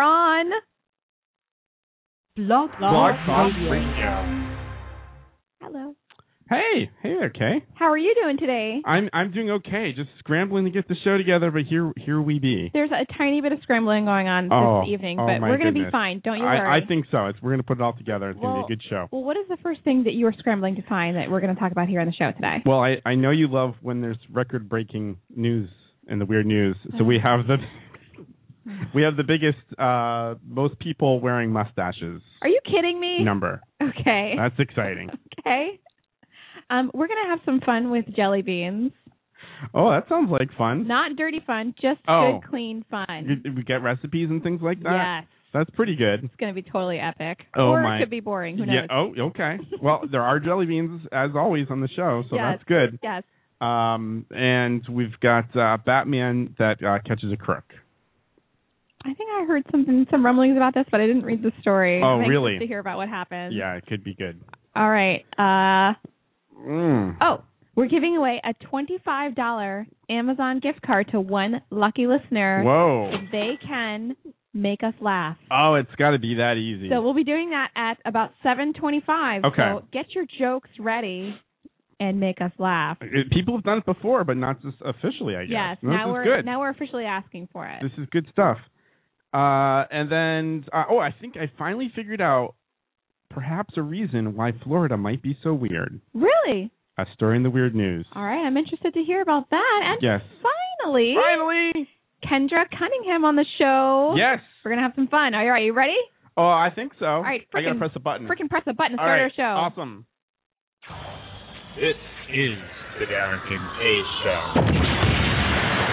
on Blog Blog Talk Radio. Radio. Hello. Hey, hey there, Kay. How are you doing today? I'm I'm doing okay. Just scrambling to get the show together, but here here we be. There's a tiny bit of scrambling going on Oh, this evening, oh but my we're going to be goodness. fine. Don't you I, worry. I think so. It's, we're gonna put it all together. It's gonna be a good show. Oh, well, what is the first thing that you were scrambling to find that we're going to talk about here on the show today? Well, I I know you love when there's record breaking news and the weird news. So we Mm-hmm. have the we have the biggest uh most people wearing mustaches Are you kidding me? number. Okay. That's exciting. okay. Um, we're going to have some fun with jelly beans. Oh, that sounds like fun. Not dirty fun, just Oh. good, clean fun. You- We get recipes and things like that. Yes. That's pretty good. It's going to be totally epic. Oh, or my- it could be boring. Who knows? Yeah. Oh, okay. Well, there are jelly beans as always on the show, so Yes. that's good. Yes. Um, and we've got uh, Batman that uh, catches a crook. I think I heard something, some rumblings about this, but I didn't read the story. Oh, I'm anxious really? To hear about what happened. Yeah, it could be good. All right. Uh, Mm. oh, we're giving away a twenty-five dollar Amazon gift card to one lucky listener. Whoa. If They can make us laugh. Oh, it's got to be that easy. So we'll be doing that at about seven twenty-five. Okay. So get your jokes ready and make us laugh. It- Uh, People have done it before, but not just officially, I guess. Yes. This now is we're good. now we're officially asking for it. This is good stuff. Uh, and then, uh, oh, I think I finally figured out perhaps a reason why Florida might be so weird. really? A story in the weird news. All right. I'm interested to hear about that. And Yes. finally, Finally. Kendra Cunningham on the show. Yes. We're gonna have some fun. All right, are you ready? Oh, I think so. All right, I gotta frickin- press the button. Freaking press the button to Mm. All start right, our show. Awesome. This is the Darren Kincaid Show.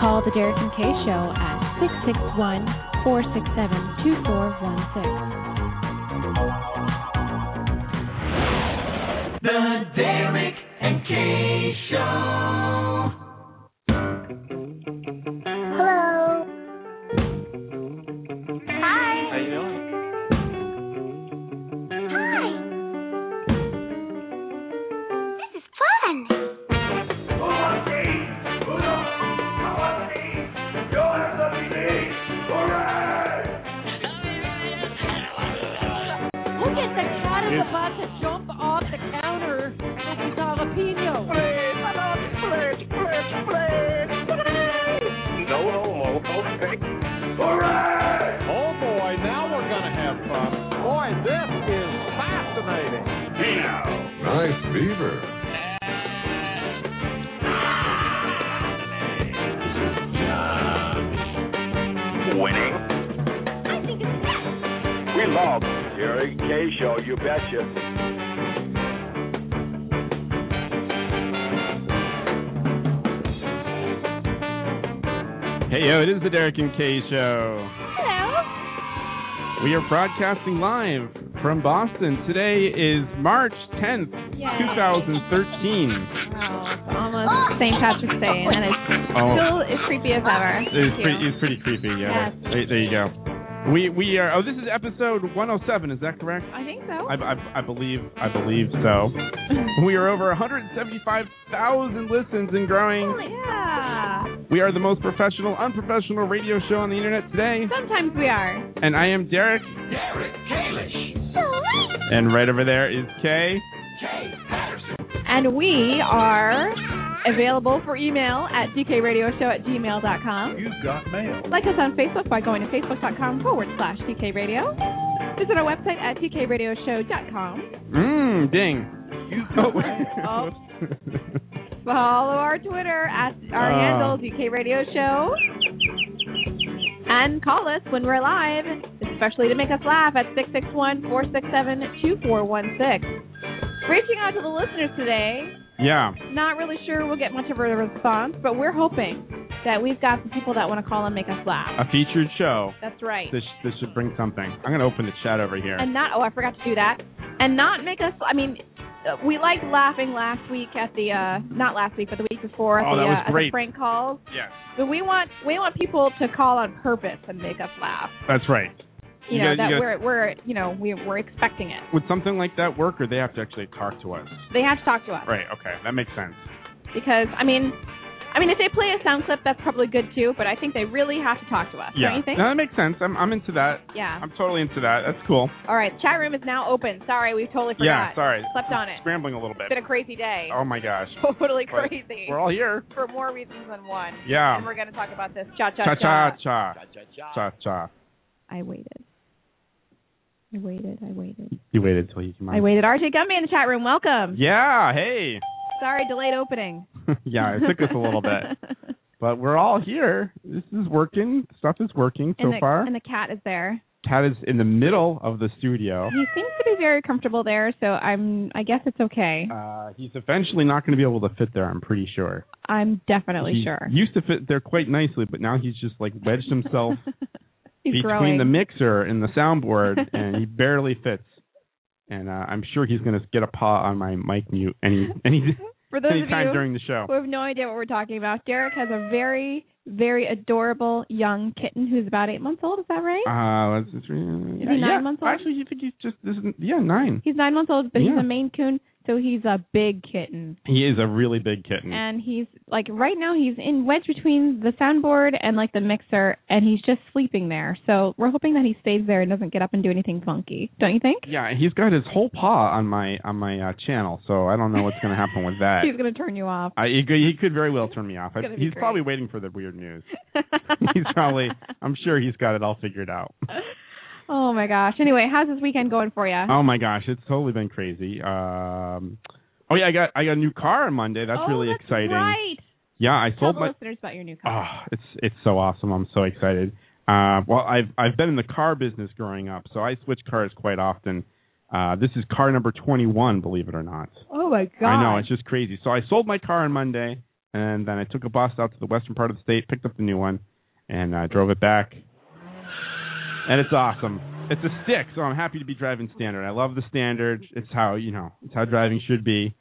Call the Derek and Kay Show at 661 467 2416. Hello. Hi. How you doing? Hi. This is fun. Who gets the cat in the butt to jump off the counter at the jalapeno? No homo. Okay. Oh boy, now we're gonna have fun. Boy, this is fascinating. Nice beaver. Winning. We love Darren K Show. You betcha. Hey, yo, it is the Derek and Kay Show. Hello. We are broadcasting live from Boston. Today is March 10th, 2013. Oh, it's almost St. Patrick's Day, and it's Oh, still as creepy as ever. it's Thank pretty, you. it's pretty creepy, yeah. Yes. There, there you go. We we are, oh, this is episode 107, is that correct? I think so. I, I, I believe I believe so. We are over 175,000 listens and growing. yeah. We are the most professional, unprofessional radio show on the internet today. Sometimes we are. And I am Derek, and right over there is Kay. And we are available for email at dkradioshow at gmail.com. You've got mail. Like us on Facebook by going to facebook.com forward slash dkradio. Visit our website at dkradioshow.com. Mmm, ding. Oh, wait. Oh. Follow our Twitter at our Uh. handle DK Radio Show. And call us when we're live, especially to make us laugh at 661 467 2416. Reaching out to the listeners today, yeah. not really sure we'll get much of a response, but we're hoping that we've got some people that want to call and make us laugh. a featured show. That's right. This this should bring something. I'm gonna open the chat over here. And not, oh, I forgot to do that. And not make us, I mean, uh, we liked laughing last week at the, uh, not last week, but the week before at, Oh, the, that was uh, at the great. prank calls. yeah, But we want we want people to call on purpose and make us laugh. that's right. You, You know gotta- that you we're we're you know we we're expecting it. With something like that work, or they have to actually talk to us. They have to talk to us Right. Okay, that makes sense. because I mean I mean, if they play a sound clip, that's probably good too. But I think they really have to talk to us. Yeah. Don't you think? No, that makes sense. I'm I'm into that. Yeah. I'm totally into that. That's cool. All right. Chat room is now open. Sorry, we totally forgot. Yeah, sorry. Slept on it. Scrambling a little bit. It's been a crazy day. Oh my gosh. totally But crazy. We're all here. For more reasons than one. Yeah. And we're going to talk about this. Cha cha Um, Cha cha. cha cha. Cha cha. I waited. I waited. I waited. You waited till you came I waited. RJ Gumby in the chat room. Welcome. Yeah. Hey. Sorry, delayed opening. yeah. It took us a little bit, but we're all here. This is working. Stuff is working so and the, far. And the Mm-hmm. cat is there. Cat is in the middle of the studio. He seems to be very comfortable there, so I'm. I guess it's okay. Uh, he's eventually not going to be able to fit there. I'm pretty sure. I'm definitely he sure. Used to fit there quite nicely, but now he's just like wedged himself He's between growing. the mixer and the soundboard, and he barely fits. And uh, I'm sure he's going to get a paw on my mic mute any any For those any of time you during the show. who have no idea what we're talking about, Derek has a very, very adorable young kitten who's about eight months old. Is that right? Uh, let's- let's- yeah, nine yeah. months old? Actually, you think he's just this is, yeah nine. he's nine months old, but he's Yeah. a Maine Coon, so he's a big kitten. He is a really big kitten. And he's like right now he's in wedge between the soundboard and like the mixer, and he's just sleeping there. So we're hoping that he stays there and doesn't get up and do anything funky. Don't you think? yeah, and he's got his whole paw on my on my uh, channel, so I don't know what's going to happen with that. He's gonna turn you off. I, he, could, he could very well turn me off. I, gonna be he's great. probably waiting for the weird news. he's probably, I'm sure he's got it all figured out. Oh my gosh. Anyway, how's this weekend going for you? Oh my gosh, it's totally been crazy. Um, oh yeah, I got I got a new car on Monday. That's really Oh, that's exciting. Right. Yeah, I Tell sold the my. listeners about your new car. Oh, it's it's so awesome. I'm so excited. Uh, well, I've I've been in the car business growing up, so I switch cars quite often. Uh, this is car number 21, believe it or not. Oh my god. I know it's just crazy. So I sold my car on Monday, and then I took a bus out to the western part of the state, picked up the new one, and uh, drove it back. And it's awesome. It's a stick, so I'm happy to be driving standard. I love the standard. It's how you know. It's how driving should be.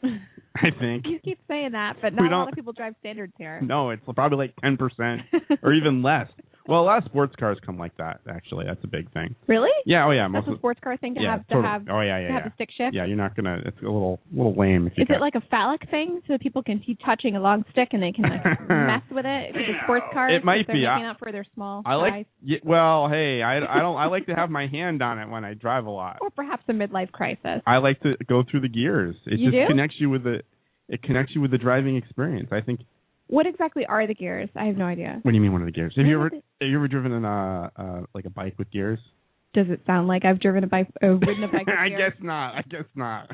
I think. You keep saying that, but Oh. We not a don't- lot of people drive standards here. No, it's probably like ten percent or even less. Well, a lot of sports cars come like that. Actually, that's a big thing. Really? Yeah. Oh yeah. That's Most a of, sports car thing to yeah. have to totally. have oh yeah. to Yeah. have yeah. the stick shift. yeah, you're not gonna. It's a little, little lame. If you Is it like a phallic thing so people can keep touching a long stick and they can like mess with it? Is it a sports car? It might they're be. I- Making up for their small I size? like. Yeah, well, hey, I, I don't. I like to have my hand on it when I drive a lot. or perhaps a midlife crisis. I like to go through the gears. It You just do? connects you with the. It connects you with the driving experience. I think. What exactly are the gears? I have no idea. What do you mean one of the gears? Have you ever What is have you ever driven in a uh, like a bike with gears? Does it sound like I've driven a bike, uh, ridden a bike? with I gears? guess not. I guess not.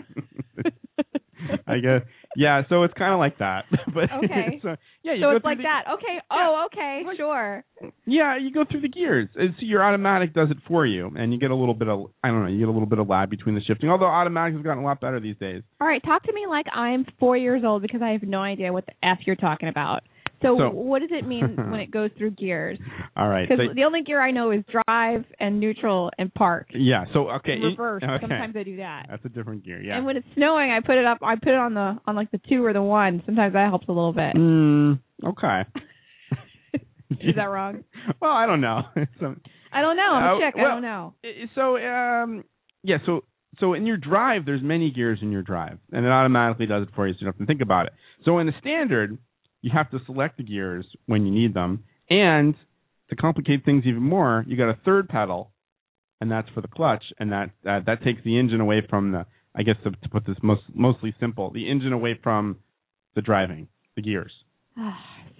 I guess. Yeah. So it's kind of like that. but Okay. so, yeah. You So go it's through like the, that. Okay. Oh, okay. Sure. Yeah, you go through the gears. And so your automatic does it for you, and you get a little bit of I don't know, you get a little bit of lag between the shifting. Although automatics have gotten a lot better these days. All right. Talk to me like I'm four years old because I have no idea what the f you're talking about. So, So- what does it mean when it goes through gears? All right. Because so- the only gear I know is drive and neutral and park. yeah. So okay. it- Reverse. okay. Sometimes I do that. That's a different gear. Yeah. And when it's snowing, I put it up. I put it on the on like the two or the one. Sometimes that helps a little bit. Mm, okay. Is that wrong? Well, I don't know. so, I don't know. I'm Uh, a chick. I well- don't know. so um, yeah. So so in your drive, there's many gears in your drive, and it automatically does it for you, so you don't have to think about it. So in the standard, you have to select the gears when you need them, and to complicate things even more, you got a third pedal, and that's for the clutch, and that uh, that takes the engine away from the. I guess to, to put this most mostly simple, the engine away from the driving, the gears.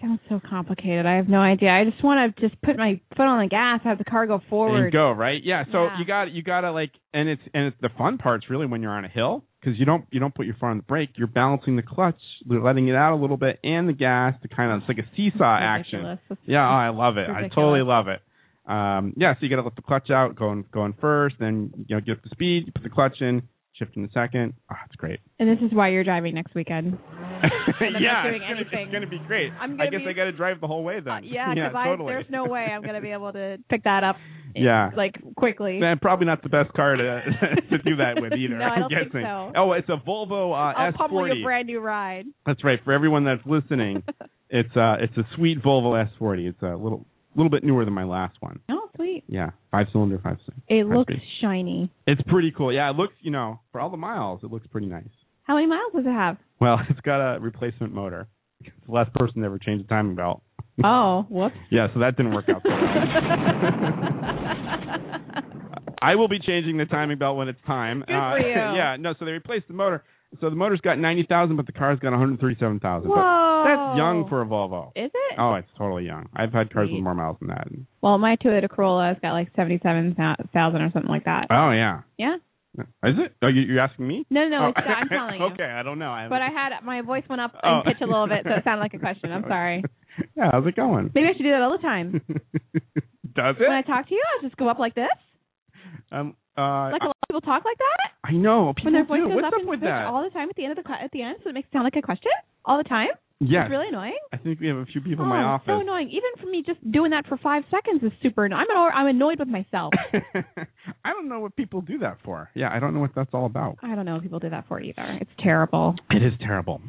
sounds so complicated. I have no idea. I just want to just put my foot on the gas, have the car go and forward. go right yeah so Yeah. you got you got to like and it's and it's the fun part's really when you're on a hill because you don't you don't put your foot on the brake you're balancing the clutch you're letting it out a little bit and the gas to kind of it's like a seesaw action Ridiculous. That's- yeah oh, i love it Ridiculous. i totally love it um yeah so you got to let the clutch out going going first then you know get up to speed you put the clutch in shift in the second oh it's great And this is why you're driving next weekend. I'm not yeah doing it's gonna- anything. it's going to be great I'm i gonna guess be- i got to drive the whole way then Uh, yeah, because totally. there's no way I'm going to be able to pick that up. Yeah. Like quickly. Man, Eh, probably not the best car to to do that with either. No, I I'm don't think guessing. so. Oh, it's a Volvo uh, I'll pummel S40. your brand new ride. That's right. For everyone that's listening, it's uh it's a sweet Volvo S40. It's a little little bit newer than my last one. Oh, sweet. Yeah, five cylinder, five cylinder. It Five looks speed. shiny. It's pretty cool. Yeah, it looks you know for all the miles, it looks pretty nice. How many miles does it have? Well, it's got a replacement motor. The last person to ever changed the timing belt. Oh, whoops. Yeah, so that didn't work out. so Good I will be changing the timing belt when it's time. Good Uh, for you. yeah, no, so they replaced the motor. So the motor's got 90,000, but the car's got 137,000. But Whoa. That's young for a Volvo. Is it? Oh, it's totally young. I've had cars Sweet. with more miles than that. Well, my Toyota Corolla's got like seventy-seven thousand or something like that. Oh, yeah. yeah. Is it? Oh, you, you're asking me? No, no, Oh. it's, I'm telling you. okay, I don't know. I But haven't- I had my voice went up Oh. in pitch a little bit, so it sounded like a question. I'm sorry. Yeah, how's it going? Maybe I should do that all the time. Does When it? I talk to you, I'll just go up like this. Um, uh, Like a lot of people talk like that. I know. When People their voice do. goes What's up, up in with pitch that? all the time at the end of the cla- at the end, so it makes it sound like a question all the time. yes. It's really annoying. I think we have a few people in oh, my it's office. so annoying. Even for me, just doing that for five seconds is super annoying. I'm anno- I'm annoyed with myself. I don't know what people do that for. Yeah, I don't know what that's all about. I don't know if people do that for either. It's terrible. It is terrible.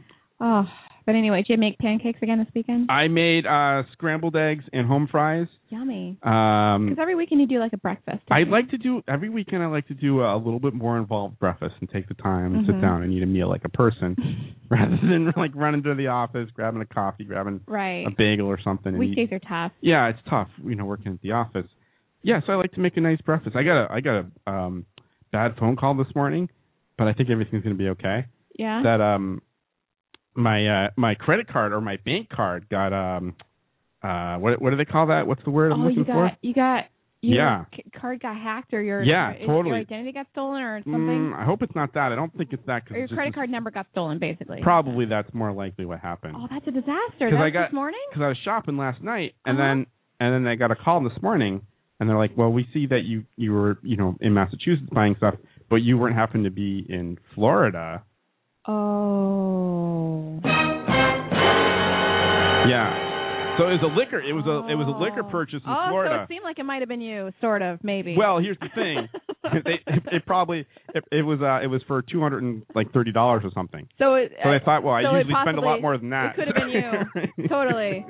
Oh, but anyway, did you make pancakes again this weekend? I made uh scrambled eggs and home fries. Yummy. Um Because every weekend you do like a breakfast. I like to do every weekend I like to do a little bit more involved breakfast and take the time and Mhm. sit down and eat a meal like a person rather than like running to the office, grabbing a coffee, grabbing right. a bagel or something and eat. Weekdays are tough. Yeah, it's tough, you know, working at the office. Yeah, so I like to make a nice breakfast. I got a I got a um bad phone call this morning, but I think everything's going to be okay. Yeah. that um my uh my credit card or my bank card got um uh what what do they call that? What's the word I'm oh, looking you for? got you got your Yeah. c- card got hacked or your Yeah, your- is your totally. identity got stolen or something Mm, I hope it's not that. I don't think it's that because or your credit card number got stolen basically. Probably that's more likely what happened. Oh, that's a disaster. 'Cause That's I got- this morning. Because I was shopping last night and Uh-huh. then and then I got a call this morning and they're like, well, we see that you you were you know in Massachusetts buying stuff, but you weren't happened to be in Florida. Oh. Yeah. So it was a liquor. It was a it was a liquor Oh. purchase in oh, so Florida. it seemed like it might have been you, sort of, maybe. Well, here's the thing. they, it, it probably it, it was uh it was for two hundred and like thirty dollars or something. so it, So I thought, well, Uh, so I it usually spend a lot possibly- more than that. it could've been you. Totally.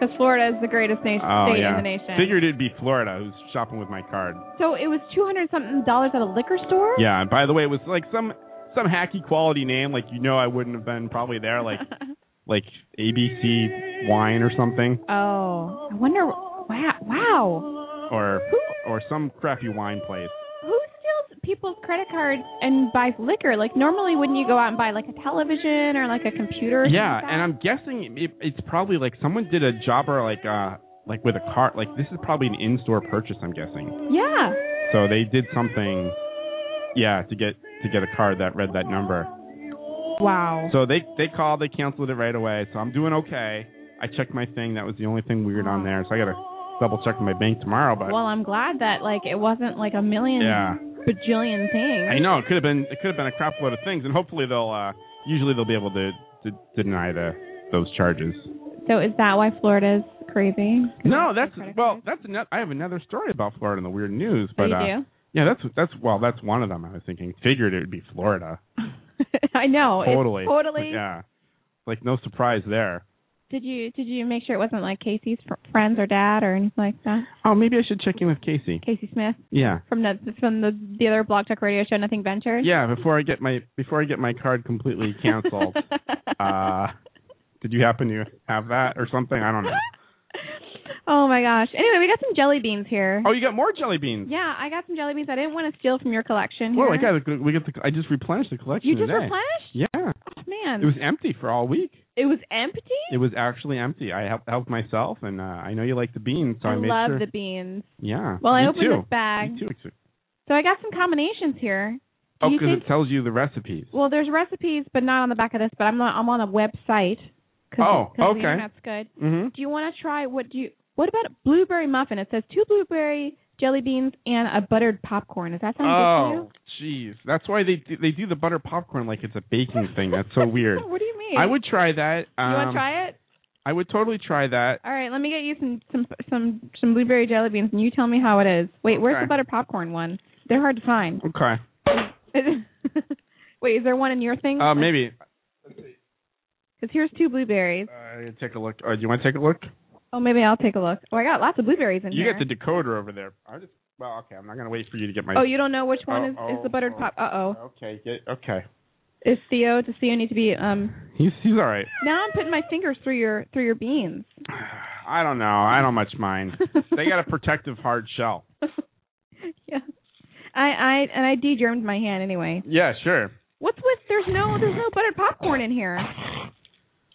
because Florida is the greatest nation, Oh state yeah. in the nation. Figured it'd be Florida who's shopping with my card. so it was two hundred something dollars at a liquor store. Yeah. And by the way, it was like some some hacky quality name. Like you know, I wouldn't have been probably there. Like like ABC wine or something, oh, I wonder. Wow, wow. or or some crappy wine place. Who steals people's credit cards and buys liquor? Like normally, wouldn't you go out and buy like a television or like a computer? Or Yeah, and I'm guessing it, it's probably like someone did a jobber like uh like with a cart. Like this is probably an in-store purchase. I'm guessing. I'm. Yeah. So they did something, yeah, to get to get a card that read that number. Wow. So they they called, they canceled it right away. So I'm doing okay. I checked my thing. That was the only thing weird on there. So I gotta double check my bank tomorrow. But well, I'm glad that like it wasn't like a million yeah, bajillion things. I know it could have been it could have been a crap load of things, and hopefully they'll uh usually they'll be able to, to deny the those charges. So is that why Florida's crazy? Oh, No, that's credit well, cards? that's another. I have another story about Florida in the weird news, but oh, you uh, yeah, that's that's well, that's one of them. I was thinking, figured it would be Florida. do? I know. it's Totally, Oh, Totally. Yeah, like no surprise there. Did you did you make sure it wasn't like Casey's fr- friends or dad or anything like that? Oh, maybe I should check in with Casey. Casey Smith Yeah, from the from the the other Block Talk Radio show, Nothing Ventures. yeah. Before I get my before I get my card completely canceled, uh, did you happen to have that or something? I don't know. oh my gosh. Anyway, we got some jelly beans here. Oh, you got more jelly beans. Yeah, I got some jelly beans. I didn't want to steal from your collection. Whoa, I here. got a, we got the, I just replenished the collection You just today. replenished? Yeah, Oh, man. it was empty for all week. It was empty? It was actually empty. I helped, helped myself, and uh, I know you like the beans, so I, I made love sure. the beans. yeah. Well, I Me opened too. this bag. Me too. So I got some combinations here. Do Oh, you because think it tells you the recipes. Well, there's recipes, but not on the back of this. But I'm not, I'm on a website. 'cause- Oh, 'cause The okay. internet's good. mm-hmm. Do you want to try what do you? What about a blueberry muffin? It says two blueberry jelly beans and a buttered popcorn. Does that sound good to you? Oh, jeez. That's why they do, they do the butter popcorn like it's a baking thing. That's so weird. what do you mean? I would try that. Um, you want to try it? I would totally try that. All right, let me get you some some some some blueberry jelly beans, and you tell me how it is. Wait, where's Okay. the buttered popcorn one? They're hard to find. Okay. Wait, is there one in your thing? Uh, maybe. Because here's two blueberries. Uh, take a look. Uh, do you want to take a look? Oh, maybe I'll take a look. Oh, I got lots of blueberries in You here. got the decoder over there. I just. Well, okay. I'm not gonna wait for you to get my. Oh, you don't know which one is, Oh, is the buttered oh, pop. Uh oh. Okay. Get, okay. Is Theo? Does Theo need to be? Um. He's he's all right. Now I'm putting my fingers through your through your beans. I don't know. I don't much mind. They got a protective hard shell. yeah. I I and I de-germed my hand anyway. Yeah, sure. What's with? There's no there's no buttered popcorn in here.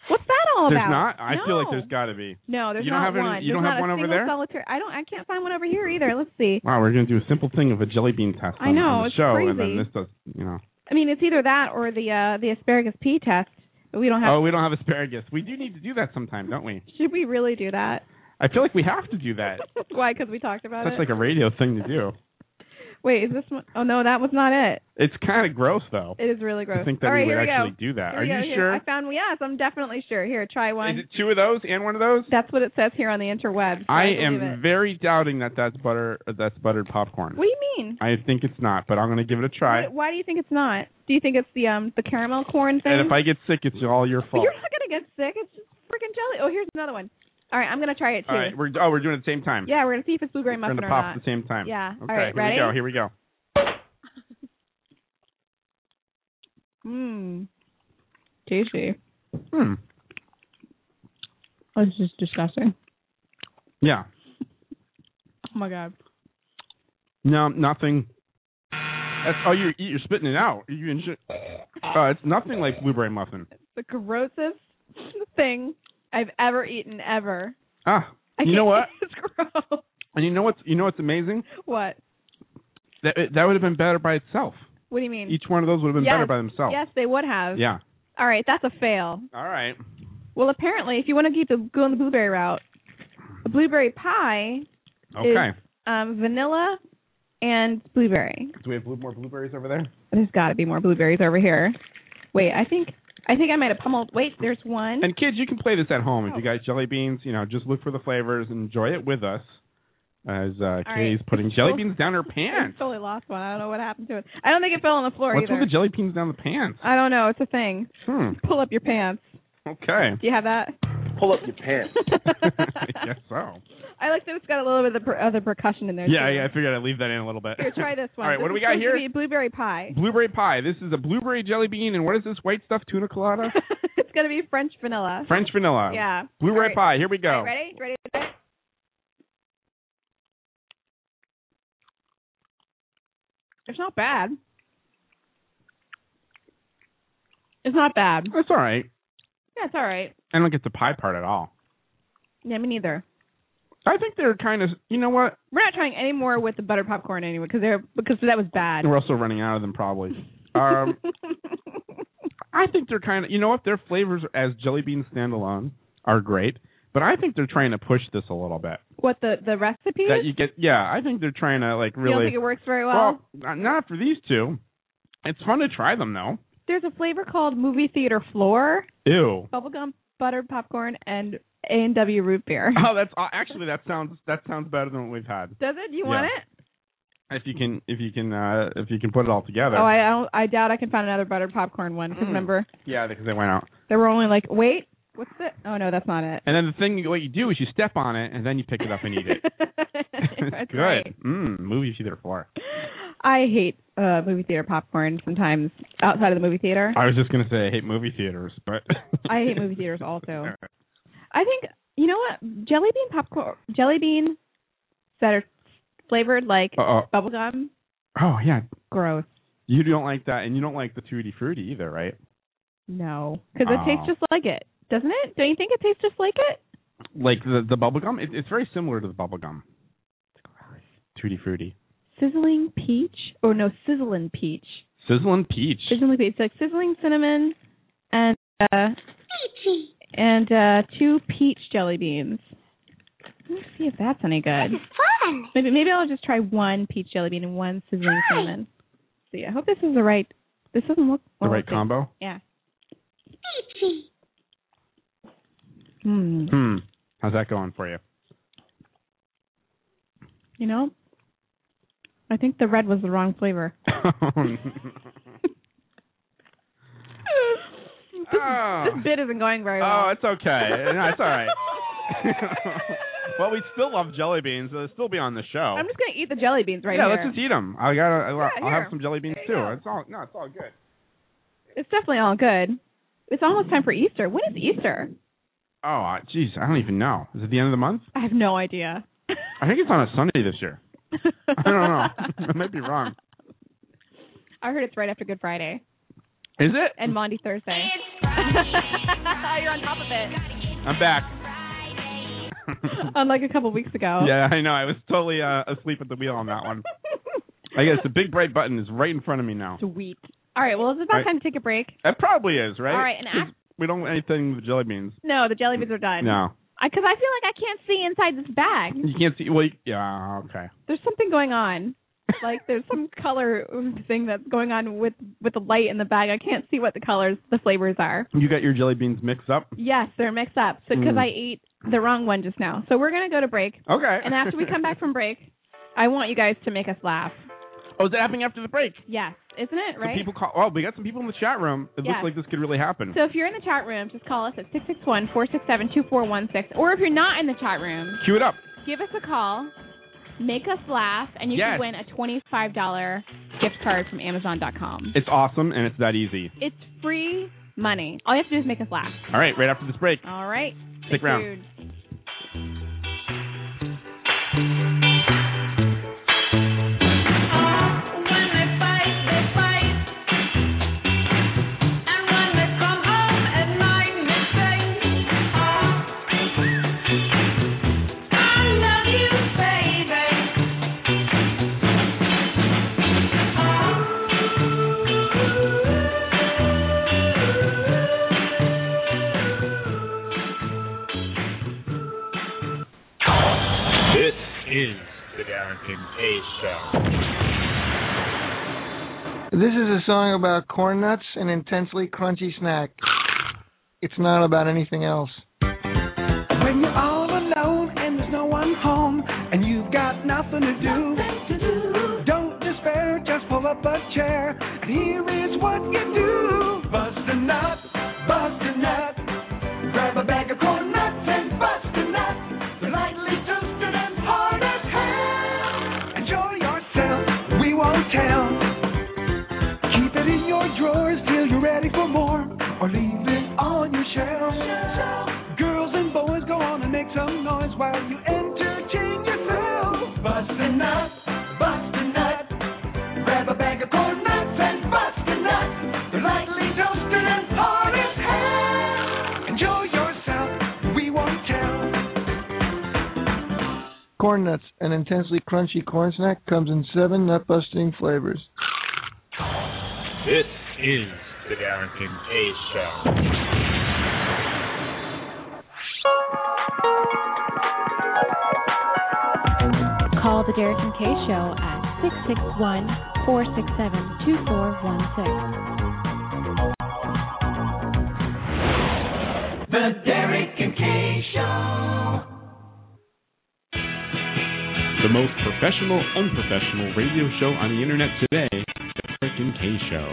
What's that all there's about? not. I feel like No. there's got to be. No, there's You don't not have any- one. you don't There's have not one a over single there? Solitary. I don't. I can't find one over here either. Let's see. Wow, we're gonna do a simple thing of a jelly bean test. I on- know, on the it's show, crazy. and then this does, you know. I mean, it's either that or the uh the asparagus pea test. But we don't have. Oh, we don't have asparagus. We do need to do that sometime, don't we? Should we really do that? I feel like we have to do that. Why? Because we talked about Uh, That's it. like a radio thing to do. Wait, is this one oh no, that was not it. It's kind of gross, though. It is really gross. I think that All right, we here would we go. actually do that. Here Are we go, you here. sure? I found one. Yes, I'm definitely sure. Here, try one. Is it two of those and one of those? That's what it says here on the interwebs. I believe am It. very doubting that that's butter. uh, That's buttered popcorn. What do you mean? I think it's not, but I'm gonna give it a try. Why, why do you think it's not? Do you think it's the um the caramel corn thing? And if I get sick, it's all your But fault. you're not gonna get sick. It's just freaking jelly. Oh, here's another one. All right, I'm gonna try it too. All right, we're oh, we're doing it at the same time. Yeah, we're gonna see if it's blueberry we're muffin gonna or pop not. at the same time. Yeah. Okay. All right, here ready? we go. Here we go. Mmm. Tasty. Hmm. Oh, this is disgusting. Yeah. Oh my god. No, nothing. That's, oh, you're you're spitting it out. You enjoy, uh, it's nothing like blueberry muffin. The grossest thing I've ever eaten ever. Ah, I you know what? can't- It's gross. And you know what's you know what's amazing? What? That that would have been better by itself. What do you mean? Each one of those would have been Yes. better by themselves. Yes, they would have. Yeah. All right, that's a fail. All right. Well, apparently, if you want to keep the go on the blueberry route, a blueberry pie, Okay. um, vanilla, and blueberry. Do we have blue, more blueberries over there? There's got to be more blueberries over here. Wait, I think I think I might have pummeled. Wait, there's one. And kids, you can play this at home. If Oh. you got jelly beans, you know, just look for the flavors and enjoy it with us. As uh, right. Katie's putting jelly Well- beans down her I pants. totally lost one. I don't know what happened to it. I don't think it fell on the floor What's either. with the jelly beans down the pants? I don't know. It's a thing. Hmm. Pull up your pants. Okay. Do you have that? Pull up your pants. I guess so. I like that it's got a little bit of the, per- of the percussion in there. Yeah, too. I, I figured I'd leave that in a little bit. Here, try this one. All right, This what do we is got supposed to here? be blueberry pie. Blueberry pie. This is a blueberry jelly bean, and what is this white stuff? Tuna colada? it's gonna be French vanilla. French vanilla. Yeah. Blueberry All right. pie. Here we All go. right, ready? Ready? ready? It's not bad. It's not bad. That's all right. Yeah, it's all right. I don't get the pie part at all. Yeah, me neither. I think they're kind of. You know what? We're not trying any more with the butter popcorn anyway because they're because that was bad. We're also running out of them probably. Um, I think they're kind of. You know what? Their flavors as jelly bean standalone are great, but I think they're trying to push this a little bit. what the the recipe? That you get. Yeah, I think they're trying to like You don't really. think it works very well? well, n- not for these two. It's fun to try them though. There's a flavor called movie theater floor, Ew. bubblegum buttered popcorn, and A and W root beer. Oh, that's uh, actually that sounds that sounds better than what we've had. Does it? Do you want Yeah. it? If you can if you can uh if you can put it all together. Oh, I I, don't, I doubt I can find another buttered popcorn one. 'cause Mm. remember, yeah, because they went out. there were only like, wait, what's it? Oh no, that's not it. And then the thing what you do is you step on it and then you pick it up and eat it. that's it's good. right. Mm, movie theater floor. I hate uh movie theater popcorn. Sometimes outside of the movie theater, I was just gonna say I hate movie theaters, but I hate movie theaters also. I think you know what jelly bean popcorn, jelly beans that are flavored like Uh, uh, bubblegum. oh yeah, Gross. you don't like that, and you don't like the tutti frutti either, right? No, because it tastes Oh. just like it, doesn't it? Don't you think it tastes just like it? Like the the bubble gum. It, it's very similar to the bubble gum. Tutti frutti, Sizzling peach, or no, sizzling peach. sizzling peach. Sizzling peach, like sizzling cinnamon, and uh, and uh, two peach jelly beans. Let me see if that's any This good. is fun. Maybe maybe I'll just try one peach jelly bean and one sizzling Hi. cinnamon. See, I hope this is the right. This doesn't look the well, right let's see. combo. Yeah. Itchy. Hmm. Hmm. How's that going for you? You know, I think the red was the wrong flavor. oh. This bit isn't going very well. Oh, it's okay. No, it's all right. well, we still love jelly beans. They'll still be on the show. I'm just gonna eat the jelly beans right yeah, here. let's just eat them. I got. to I'll, Yeah, I'll have here. some jelly beans There you too. go. It's all. No, it's all good. it's definitely all good. It's almost time for Easter. When is Easter? Oh, I- jeez, I don't even know. Is it the end of the month? I have no idea. I think it's on a Sunday this year. I don't know. I might be wrong. I heard it's right after Good Friday Is it? and Maundy Thursday. You're on top of it. I'm back. Unlike a couple weeks ago. yeah, I know. I was totally uh, asleep at the wheel on that one. I guess the big bright button is right in front of me now. Sweet. All right. Well, it's about Right. time to take a break. It probably is, right? All right, and 'Cause we don't want anything with jelly beans. No, the jelly beans are done. No, Because I, feel like I can't see inside this bag. you can't see. Well, you, yeah, okay. There's something going on. Like there's some color thing that's going on with with the light in the bag. I can't see what the colors, the flavors are. You got your jelly beans mixed up. Yes, they're mixed up. So because Mm. I ate the wrong one just now. So we're gonna go to break. Okay. And after we come back from break, I want you guys to make us laugh. oh, is that happening after the break? Yes, isn't it So right? people call. Oh, we got some people in the chat room. It Yeah. looks like this could really happen. So if you're in the chat room, just call us at 661-467-2416. Or if you're not in the chat room, Cue it up. give us a call, make us laugh, and you Yes. can win a $25 gift card from Amazon.com. It's awesome and it's that easy. It's free money. All you have to do is make us laugh. All right, right after this break. All right? Stick Stay around. tuned. This is the Darrington K Show. This is a song about corn nuts, an intensely crunchy snack. It's not about anything else. When you're all alone and there's no one home and you've got nothing to do, don't despair, just pull up a chair. And here is what you do Bust a nut, bust a nut. Grab a bag of corn nuts and bust a nut. They're lightly toasted and hard as hell. Enjoy yourself, we won't tell. Keep it in your drawers till you're ready for more, or leave it on your shelf. Girls and boys go on and make some noise while you entertain yourself. Bust a nut, bust a nut. Grab a bag of corn nuts and bust a nut. They're lightly toasted and hard as hell. Enjoy yourself, we won't tell. Corn nuts, an intensely crunchy corn snack, comes in seven nut busting flavors. This is the Darrington K Show. Call the Derek and K Show at 661 467 2416. The Derek and Kay Show. The most professional, unprofessional radio show on the internet today, the Derek and K Show.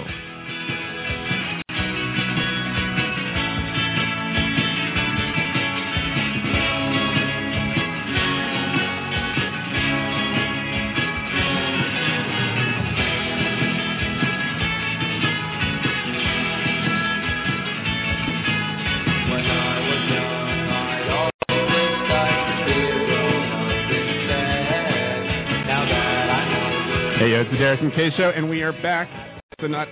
When I was young, I always liked to throw nothing bad. Now that I know Hey, yo, it's the Derek and K Show, and we are back. The nut.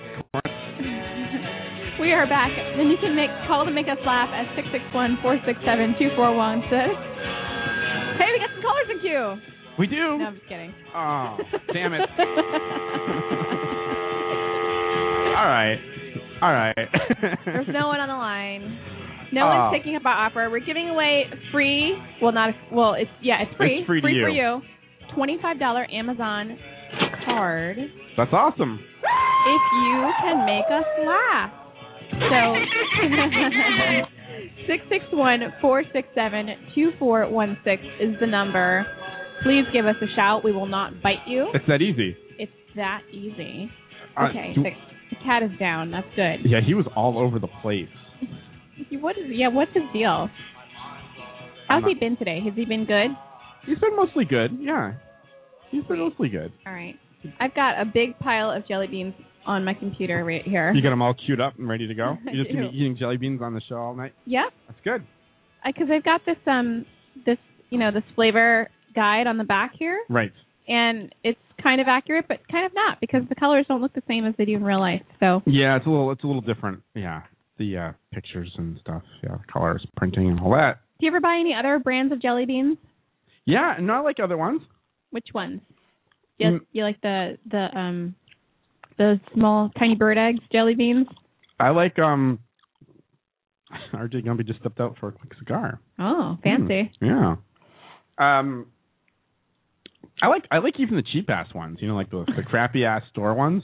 We are back. Then you can make call to make us laugh at 661-467-2416. Hey, we got some callers in queue. We do. No, I'm just kidding. Oh, damn it. All right. All right. There's no one on the line. No one's Oh. thinking about opera. We're giving away free. Well, not well. It's yeah, it's free. It's free to for you. you. Twenty-five dollar Amazon card if That's awesome. you can make us laugh. So six six one four six seven two four one six is the number. Please give us a shout. We will not bite you. It's that easy. It's that easy. Uh, Okay, do- the, the cat is down. That's good. yeah, he was all over the place. What is yeah? What's his deal? How's he been today? Has he been good? He's been mostly good. Yeah. He's been mostly good. All right. I've got a big pile of jelly beans on my computer right here. You got them all queued up and ready to go. You're just gonna I be eating jelly beans on the show all night. Yep. That's good. because I've got this um this you know this flavor guide on the back here, Right. and it's kind of accurate, but kind of not because the colors don't look the same as they do in real life. So Yeah, it's a little it's a little different. Yeah, the uh, pictures and stuff. Yeah, colors, printing, and all that. do you ever buy any other brands of jelly beans? Yeah, and I like other ones. Which ones? You, Mm. you like the the um the small tiny bird eggs jelly beans? I like um. RJ Gumby just stepped out for a quick cigar. Mm. Hmm. Oh, fancy. Yeah. Um. I like I like even the cheap ass ones. You know, like the the crappy ass store ones.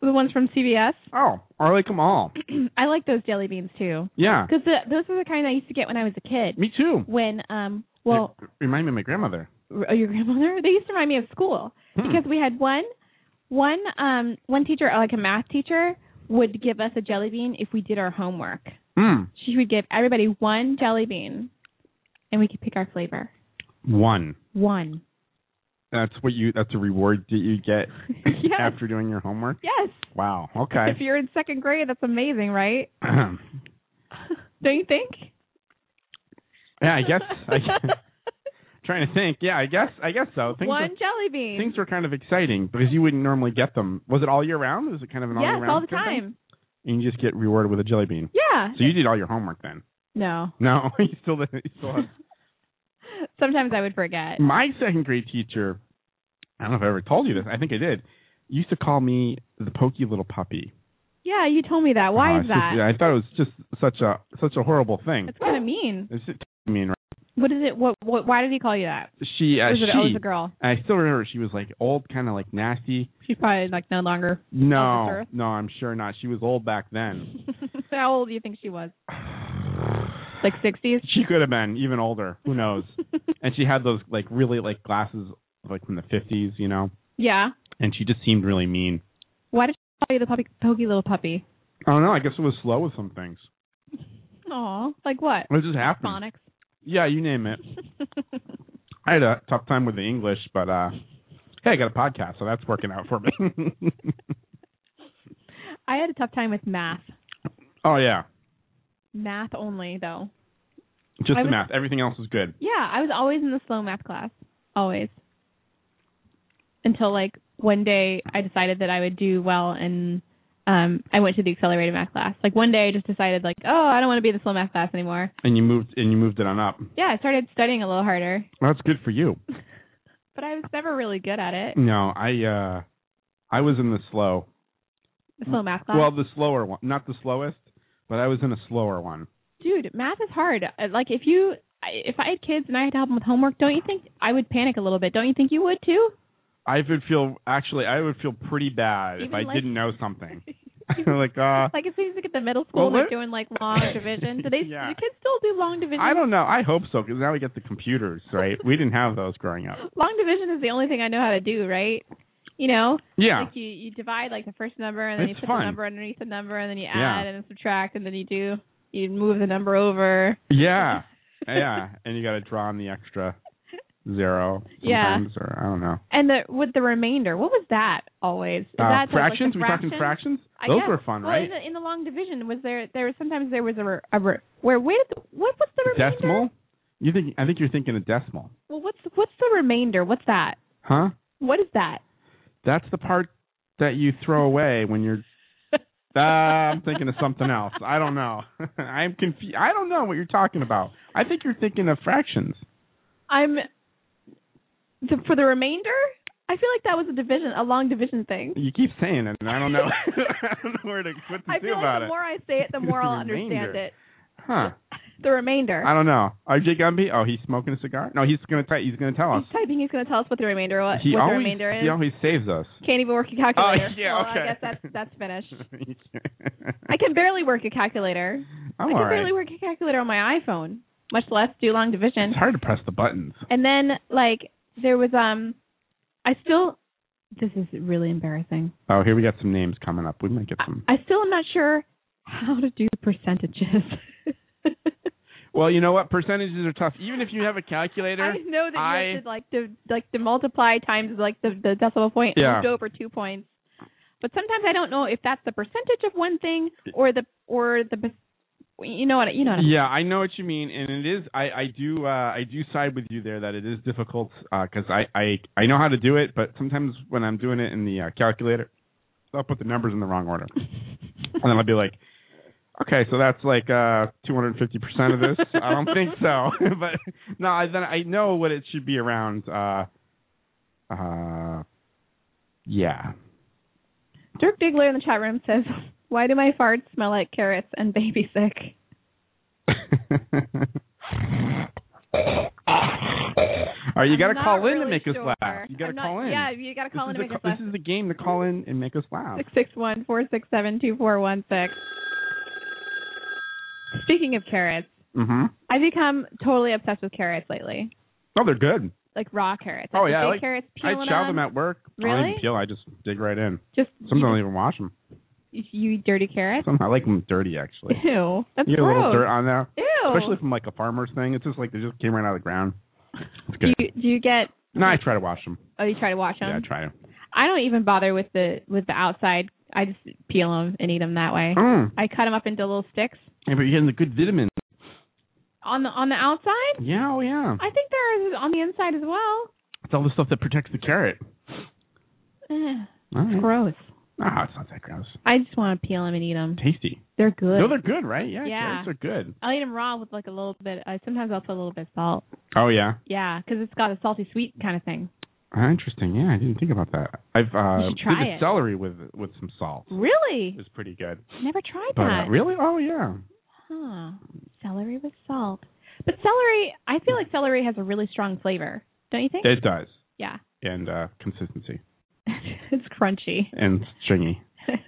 The ones from CVS. Oh, I like them all. I like those jelly beans too Yeah. because those are the kind I used to get when I was a kid. Me too. When um well it remind me of my grandmother. r- your grandmother they used to remind me of school Hmm. because we had one one um one teacher like a math teacher would give us a jelly bean if we did our homework Mm. she would give everybody one jelly bean and we could pick our flavor One. one That's what you. That's a reward that you get yes after doing your homework. yes Wow. Okay. if you're in second grade that's amazing right don't you think yeah, I guess. I guess trying to think. Yeah, I guess. I guess so. Things one Were, jelly bean things were kind of exciting because you wouldn't normally get them. Was it all year round? Was it kind of an all year yes round? all the good thing? time And you just get rewarded with a jelly bean. yeah So you did all your homework then? no No, you still didn't. You still had sometimes i would forget my second grade teacher, I don't know if I ever told you this. I think I did. Used to call me the pokey little puppy. yeah you told me that why Oh, is it's just- that yeah, I thought it was just such a such a horrible thing. that's kind of mean It's just- I mean, right? what is it what, what why did he call you that she uh, was it always she. a girl? I still remember she was like old, kind of like nasty. She's probably like no longer. Of this No, earth? no, I'm sure not. She was old back then. How old do you think she was? Like sixties. She could have been even older. Who knows? and she had those like really like glasses like from the 50s, you know. yeah. And she just seemed really mean. Why did she call you the puppy, pokey little puppy? I don't know. I guess it was slow with some things. Aw, like what? It just happened. Phonics. Yeah, you name it. I had a tough time with the English, but uh hey, I got a podcast, so that's working out for me. I had a tough time with math. oh yeah, Math only though. just I the was- math. Everything else is good. Yeah, I was always in the slow math class. Always. Until like one day I decided that I would do well and um I went to the accelerated math class. Like one day I just decided like, oh, I don't want to be in the slow math class anymore. And you moved and you moved it on up. Yeah, I started studying a little harder. Well, that's good for you. but I was never really good at it. No, I uh I was in the slow. The slow math class. Well, the slower one, not the slowest, but I was in a slower one. Dude, math is hard. Uh, Like if you, I- if I had kids and I had to help them with homework, don't you think I would panic a little bit? Don't you think you would too? I would feel actually I would feel pretty bad if Even I like- didn't know something. like uh Like as soon as you get to middle school, Well, they're what- doing like long division. Do they? Yeah. Do kids still do long division? I don't know. I hope so because now we get the computers, right? we didn't have those growing up. Long division is the only thing I know how to do, right? You know, Yeah. like you you divide like the first number and then It's you put fun. the number underneath the number and then you add Yeah. and then subtract and then you do you move the number over. Yeah. yeah. And you got to draw in the extra zero Yeah. sometimes, or I don't know. And the with the remainder, what was that always? Is Uh, that the- like, the fractions? We talking fraction? fractions? I Those guess. were fun, well, right? In the, in the long division, was there there was sometimes there was a, re- a re- where where did the, what what's the remainder? decimal? You think? I think you're thinking of decimal, Well, what's what's the remainder? What's that? huh? What is that? That's the part that you throw away when you're. Uh, I'm thinking of something else. I don't know. I'm confused. I don't know what you're talking about. I think you're thinking of fractions. I'm the, for the remainder. I feel like that was a division, a long division thing. You keep saying it, and I don't know. I don't know where to what to I do feel like about the it. more I say it, the more The I'll remainder. understand it. Huh? The remainder. I don't know. RJ Gumby? Oh, he's smoking a cigar. No, he's gonna tell. He's gonna tell us. He's typing. He's going to tell us what the remainder what, he what always the remainder is. he always saves us. Can't even work a calculator. yeah, well, okay. I guess that's that's finished. I can barely work a calculator. I'm I can Oh, all right. barely work a calculator on my iPhone, much less do long division. It's hard to press the buttons. And then like there was um I still this is really embarrassing. Oh, here we got some names coming up. We might get I, some. I still am not sure how to do percentages. Well, you know what? Percentages are tough. Even if you have a calculator, I know that I- you have to like to like to multiply times like the the decimal point Yeah. moved over two points. But sometimes I don't know if that's the percentage of one thing or the or the pers- you know what you know what I'm Yeah, I know what you mean, and it is. I I do uh, I do side with you there that it is difficult because I I I know how to do it, but sometimes when I'm doing it in the uh, calculator, I'll put the numbers in the wrong order, and then I'll be like, okay, so that's like uh 250 percent of this. I don't think so, but no, I, then I know what it should be around. Uh, uh, yeah, Dirk Diggler in the chat room says, "Why do my farts smell like carrots and baby sick?" All right, you I'm got to not call in to really make sure. us laugh. You got to I'm not- call in. Yeah, you got to call this in to is make the, us this laugh. is the game to call in and make us laugh. Six six one four six seven two four one six. Speaking of carrots, Mm-hmm. I've become totally obsessed with carrots lately, Oh, they're good. like raw carrots. Oh, Like yeah, the I big like- carrots I peeling chow on. them at work. I don't Really? even peel. I just dig right in. Just Sometimes I don't even wash them. you, you dirty carrots. Some, I like them dirty actually. Ew, that's you get a gross. Oh. little dirt on there, Ew. especially from like a farmer's thing. It's just like they just came right out of the ground. It's do good. you, do you get? no, I try to wash them. Oh, you try to wash them. Yeah, I try to. I don't even bother with the with the outside. I just peel them and eat them that way. Mm. I cut them up into little sticks Yeah, but you're getting the good vitamins. on the on the outside. Yeah, oh yeah. I think there is on the inside as well. It's all the stuff that protects the carrot. Eh, All right. gross. Ah, it's not that gross. I just want to peel them and eat them. Tasty. They're good. No, they're good, right? Yeah, Yeah. carrots are good. I'll eat them raw with like a little bit. Uh, sometimes I'll put a little bit of salt. Oh yeah. Yeah, because it's got a salty sweet kind of thing. Ah, interesting. Yeah, I didn't think about that. I've uh, You should try did it. a celery with with some salt. Really? It was pretty good. Never tried But that. uh, really, oh yeah. Huh. Celery with salt. But celery, I feel like celery has a really strong flavor. Don't you think? It does. yeah. And uh, consistency it's crunchy. and stringy.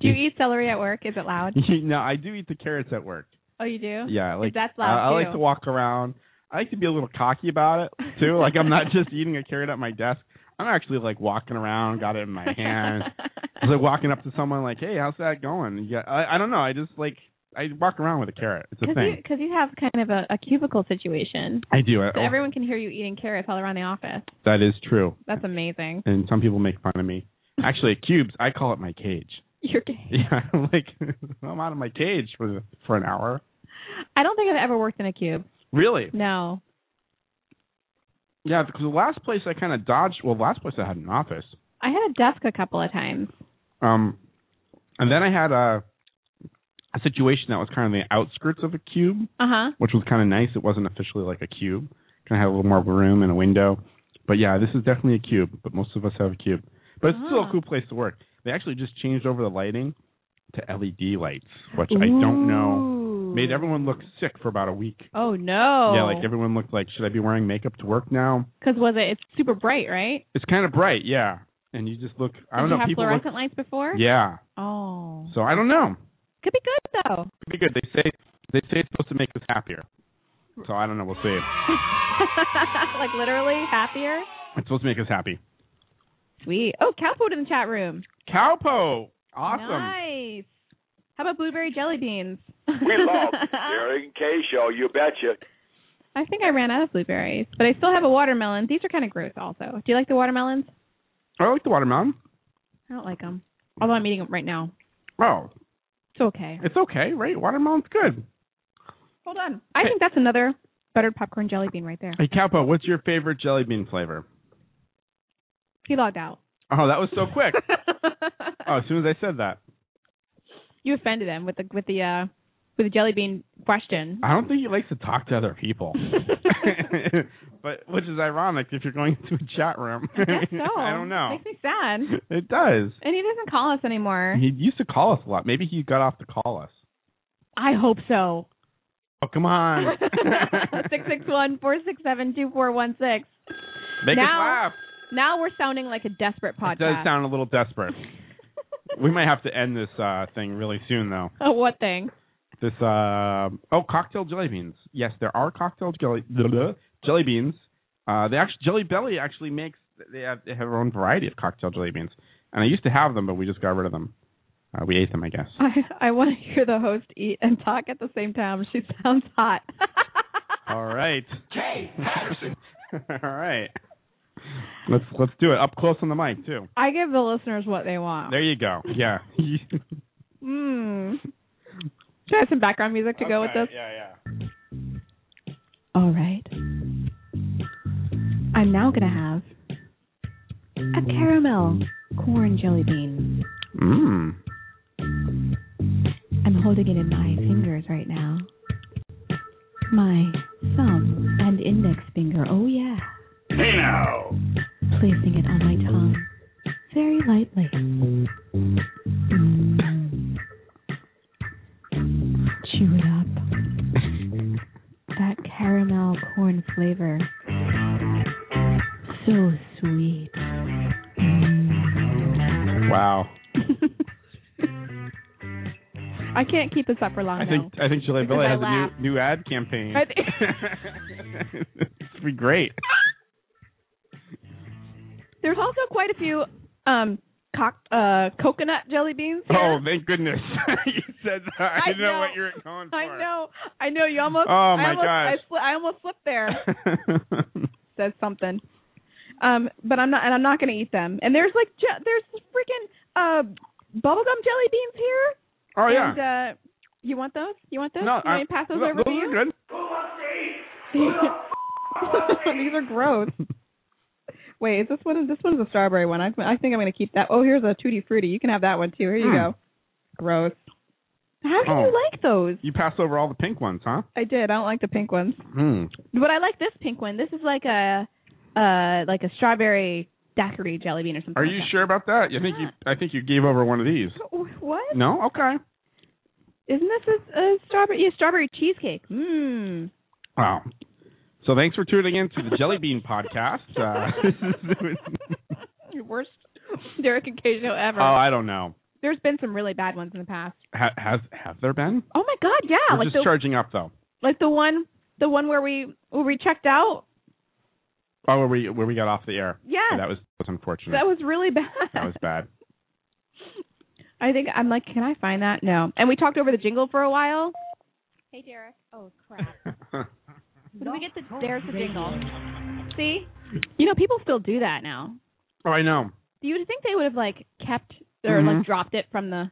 do you eat celery at work? Is it loud? no, I do eat the carrots at work. Oh, you do? Yeah, I like that's loud, I, I too. like to walk around. I like to be a little cocky about it too. like I'm not just eating a carrot at my desk. I'm actually like walking around, got it in my hand. It's like walking up to someone like, "Hey, how's that going?" Yeah, I, I don't know. I just like I walk around with a carrot. It's a Because you, thing. Oh. 'cause you have kind of a, a cubicle situation. I do. I, oh, So everyone can hear you eating carrots all around the office. that is true. That's amazing. and some people make fun of me. Actually, at Cubes, I call it my cage. You're gay. Yeah, I'm like I'm out of my cage for the, for an hour. I don't think I've ever worked in a cube. Really? No. Yeah, because the last place I kind of dodged. Well, the last place I had an office. I had a desk a couple of times. Um, and then I had a a situation that was kind of the outskirts of a cube, Uh huh. which was kind of nice. It wasn't officially like a cube. Kind of had a little more room and a window. But yeah, this is definitely a cube. But most of us have a cube. But it's still Ah. a cool place to work. They actually just changed over the lighting to LED lights, which I don't know. made everyone look sick for about a week. Oh no. Yeah, like everyone looked like, should I be wearing makeup to work now? Because was it? It's super bright, right? It's kind of bright, yeah. And you just look, I Did don't know, you have people look, fluorescent lights before? yeah. Oh. So I don't know. Could be good though. It'd be good. They say they say it's supposed to make us happier. So I don't know. We'll see. like literally happier. It's supposed to make us happy. Sweet. Oh, cow food in the chat room. Cowpo, awesome. Nice. How about blueberry jelly beans? We love Derek and K Show, you betcha. I think I ran out of blueberries, but I still have a watermelon. These are kind of gross, also. Do you like the watermelons? I like the watermelon. I don't like them. Although I'm eating them right now. Oh, It's okay. it's okay, right? Watermelon's good. Hold on. I think that's another buttered popcorn jelly bean right there. Hey, Cowpo, what's your favorite jelly bean flavor? He logged out. Oh, that was so quick. oh, as soon as I said that, you offended him with the with the uh with the jelly bean question. I don't think he likes to talk to other people. but which is ironic if you're going into a chat room. I guess so. I don't know. Makes me sad. It does. And he doesn't call us anymore. He used to call us a lot. Maybe he got off to call us. I hope so. Oh come on. Six six one four six seven two four one six. Make Now- us laugh. Now we're sounding like a desperate podcast. It does sound a little desperate. we might have to end this uh thing really soon though. Oh, what thing? This uh oh cocktail jelly beans. Yes, there are cocktail jelly blah, blah, jelly beans. Uh they actually Jelly Belly actually makes they have they have their own variety of cocktail jelly beans. And I used to have them but we just got rid of them. Uh, we ate them, I guess. I I want to hear the host eat and talk at the same time. She sounds hot. All right. Jay Patterson. All right. Let's let's do it up close on the mic too. I give the listeners what they want. There you go. Yeah. Mm. Should I have some background music to go with this? Yeah, All right. I'm now going to have a caramel corn jelly bean. yeah. Mmm. I'm holding it in my fingers right now. My thumb and index finger. Oh, yeah. Hey now. Placing it on my tongue very lightly. Mm. Chew it up. That caramel corn flavor. So sweet. Mm. Wow. I can't keep this up for long. I now. think I think Chile Billy I has laugh. a new new ad campaign. I think- It'd be great. There's also quite a few um cock, uh coconut jelly beans. Here. Oh, thank goodness you said that. I, I didn't know. know. what you were going for. I know, I know. You almost. Oh, I my almost, gosh. I, sli- I almost slipped there. Says something. Um, but I'm not, and I'm not going to eat them. And there's like, je- there's freaking uh bubblegum jelly beans here. oh yeah. And, uh, you want those? You want those? no, you want me to pass those no, over to you? are good. These are gross. Wait, is this one? This one's a strawberry one. I, I think I'm going to keep that. Oh, here's a tutti frutti. You can have that one too. Here you Hmm. go. Gross. How can Oh. you like those? You passed over all the pink ones, huh? I did. I don't like the pink ones, Mm. but I like this pink one. This is like a, uh, like a strawberry daiquiri jelly bean or something. Are like you that. sure about that? You think you I think you gave over one of these. Wh- What? No? Okay. Isn't this a, a strawberry? Yeah, strawberry cheesecake. Mmm. Wow. So thanks for tuning in to the Jelly Bean Podcast. Uh, this is- Your worst Derek and Kay show ever. oh, I don't know. There's been some really bad ones in the past. Ha- has have there been? Oh my God, yeah, We're like just the charging up though. like the one the one where we where we checked out. Oh, where we where we got off the air. Yes, Yeah, that was that was unfortunate. that was really bad. That was bad. I think I'm like, can I find that? No. And we talked over the jingle for a while. Hey, Derek. Oh, crap. When we get the, there's the jingle. See, you know, people still do that now. oh, I know. Do you think they would have like kept or Mhm. like dropped it from the,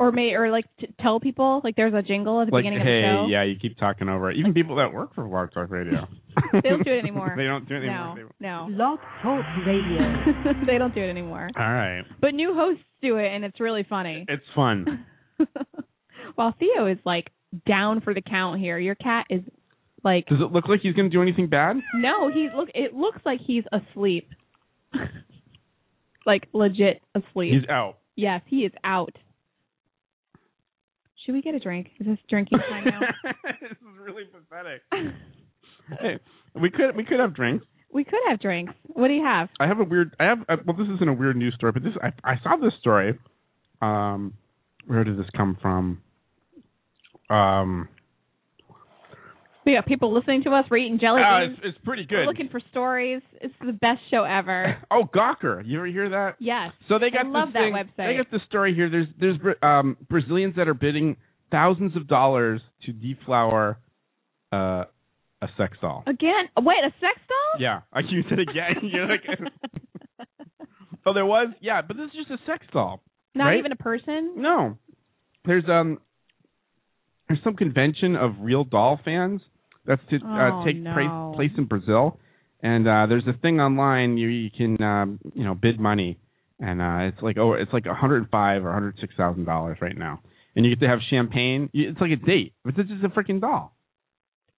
or may or like t- tell people like there's a jingle at the Like, beginning hey, of the show? yeah, you keep talking over it. Even people that work for Vlog Talk Radio. They don't do it anymore. they don't do it anymore. No, They- no, Log Talk Radio. they don't do it anymore. All right. But new hosts do it, and it's really funny. It's fun. While Theo is like down for the count here, your cat is like Does it look like he's going to do anything bad? no, he's look. It looks like he's asleep, like legit asleep. He's out. yes, he is out. Should we get a drink? Is this drinking time now? this is really pathetic. Hey, we could we could have drinks. we could have drinks. What do you have? I have a weird. I have. uh well, this isn't a weird news story, but this I, I saw this story. Um, where did this come from? Um, We got people listening to us. We're eating jelly ah, beans. it's, it's pretty Oh, We're good. looking for stories. It's the best show ever. oh, Gawker, you ever hear that? yes. So they got I love this that thing- website. They got this story here. There's there's Bra- um, Brazilians that are bidding thousands of dollars to deflower uh, a sex doll. Again, wait, a sex doll? Yeah, I used it again. You're like, oh, there was yeah, but this is just a sex doll. Not right? even a person. No. There's um there's some convention of real doll fans that's to Oh, uh, take no. place, place in Brazil, and uh, there's a thing online you you can um, you know bid money, and uh, it's like oh it's like 105 or 106 thousand dollars right now, and you get to have champagne. You- It's like a date, but this is a freaking doll.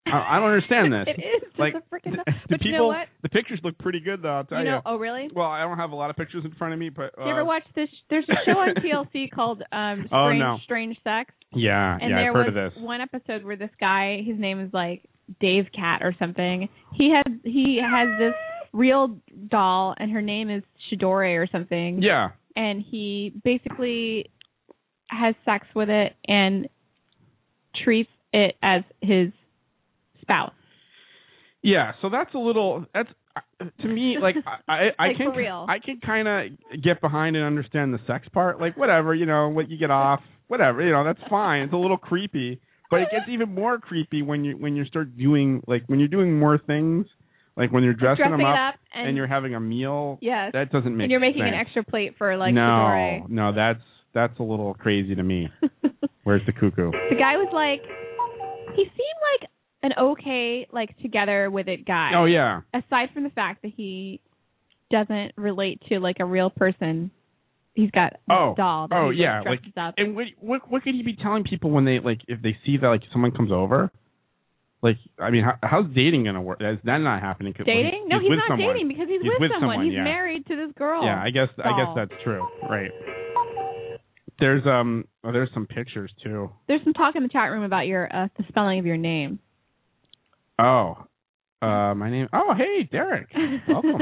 I, I don't understand this. it is just like a freaking. the, doll. but people, you know what? the pictures look pretty good though. I'll tell You know, oh really? Well, I don't have a lot of pictures in front of me, but uh, you ever watch this? There's a show on TLC called um, Strange, Oh, no. Strange Sex, yeah, and Uh, yeah, there I've heard was of this. one episode where this guy, his name is like Dave Cat or something. He had he has this real doll, and her name is Shidore or something. Yeah, and he basically has sex with it and treats it as his spouse. Yeah, so that's a little that's uh, to me like I I, I Like, can for real. I can kind of get behind and understand the sex part. Like whatever, you know, what you get off, whatever, you know, that's fine. It's a little creepy, but it gets even more creepy when you when you start doing like when you're doing more things. Like when you're dressing, Dressing them it up, up and- you're having a meal. Yes. That doesn't make and you're making sense. an extra plate for like no, Midori. no, that's that's a little crazy to me. Where's the cuckoo? The guy was like, he seemed like an okay, like together with it guy. Oh yeah, Aside from the fact that he doesn't relate to like a real person, he's got this Oh. doll. That Oh, he, yeah, dresses up. and what what what could he be telling people when they like if they see that like someone comes over? Like I mean, how, how's dating gonna work? Is that not happening? 'Cause when dating? No, he's, with not someone. dating because he's, He's with someone, He's yeah. married to this girl. Yeah, I guess I doll. guess that's true. Right. There's um oh, there's some pictures too. There's some talk in the chat room about your uh, the spelling of your name. Oh. Uh my name Oh, hey, Derek. Welcome.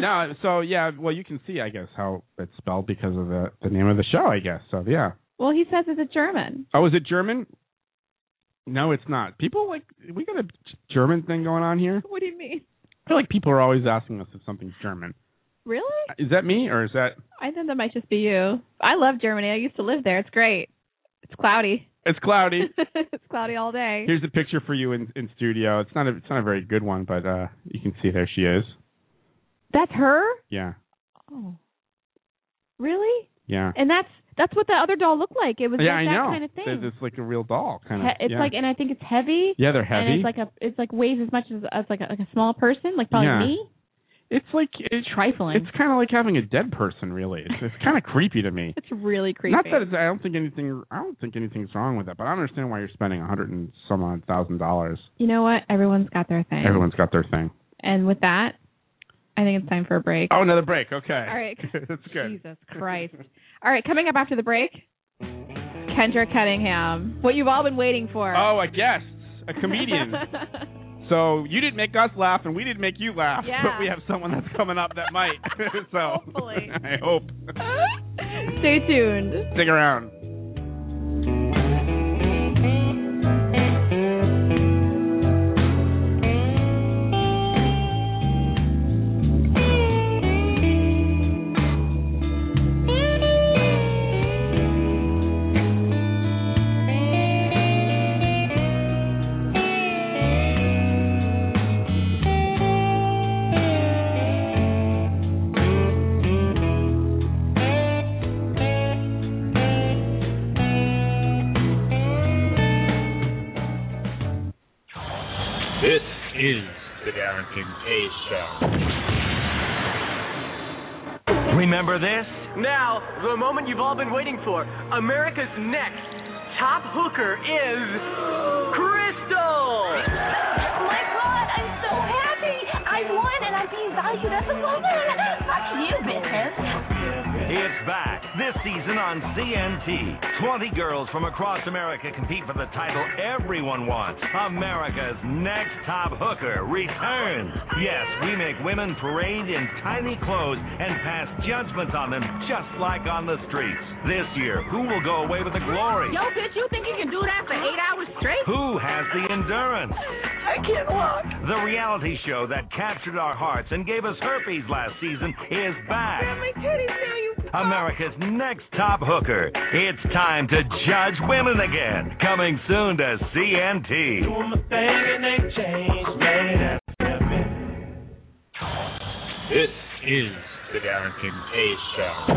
no, so yeah, well you can see I guess how it's spelled because of the the name of the show, I guess. So yeah. well, he says it's a German. Oh, is it German? No, it's not. People like we got a German thing going on here. What do you mean? I feel like people are always asking us if something's German. Really? Is that me or is that I think that might just be you. I love Germany. I used to live there. It's great. It's cloudy. it's cloudy. it's cloudy all day. Here's a picture for you in, in studio. It's not a it's not a very good one, but uh, you can see there she is. That's her? Yeah, Oh. Really? yeah, And that's that's what the other doll looked like. It was yeah. like I that know. kind of thing. That It's like a real doll kind of. He- it's yeah. like and I think it's heavy. yeah, they're heavy. And it's like a it's like weighs as much as, as like a like a small person, like probably Yeah. me. it's like it's Trifling. It's kind of like having a dead person, really. It's, it's kind of creepy to me. It's really creepy. Not that it's, I don't think anything. I don't think anything's wrong with that, but I don't understand why you're spending a hundred and some odd thousand dollars. you know what? Everyone's got their thing. Everyone's got their thing. And with that, I think it's time for a break. Oh, another break. Okay. All right. That's good. Jesus Christ. All right, coming up after the break, Kendra Cunningham. What you've all been waiting for. Oh, a guest, a comedian. So you didn't make us laugh, and we didn't make you laugh. Yeah. But we have someone that's coming up that might. so Hopefully. I hope. Stay tuned. Stick around. This is the Darrington K Show. Remember this? Now, the moment you've all been waiting for. America's next top hooker is Crystal. Oh my god, I'm so happy! I won and I'm being valued as a woman! Fuck you, bitches! It's back this season on CNT. 20 girls from across America compete for the title everyone wants. America's next top hooker returns. Yes, we make women parade in tiny clothes and pass judgments on them just like on the streets. This year, who will go away with the glory? bitch, you think you can do that for eight hours straight? Who has the endurance? I can't walk. The reality show that captured our hearts and gave us herpes last season is back. Grab my titties now, you America's next top hooker. It's time to judge women again. Coming soon to CNT. This is the Darrington K Show.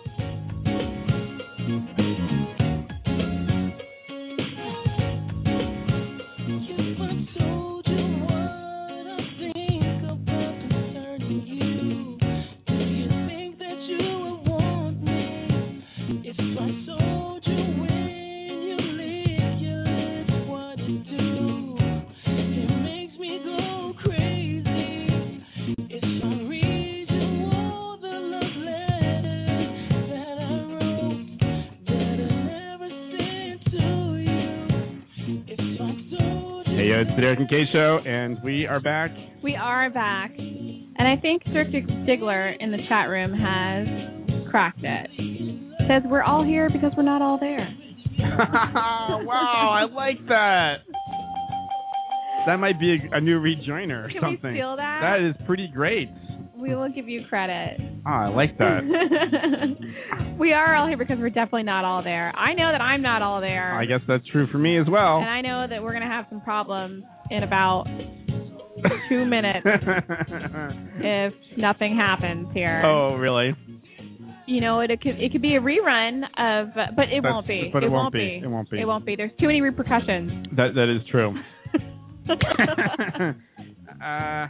Hey, yo, it's the Derek and Kay Show, and we are back. We are back. And I think Dirk Diggler in the chat room has cracked it. Says we're all here because we're not all there. wow, I like that. That might be a, a new rejoiner or Can we something. steal that? That is pretty great. We will give you credit. Ah, I like that. we are all here because we're definitely not all there. I know that I'm not all there. I guess that's true for me as well. And I know that we're going to have some problems in about two minutes if nothing happens here. oh, really? You know, it, it could it could be a rerun of, but it That's- won't be. but it won't won't be. be. It won't be. It won't be. There's too many repercussions. That that is true. uh huh.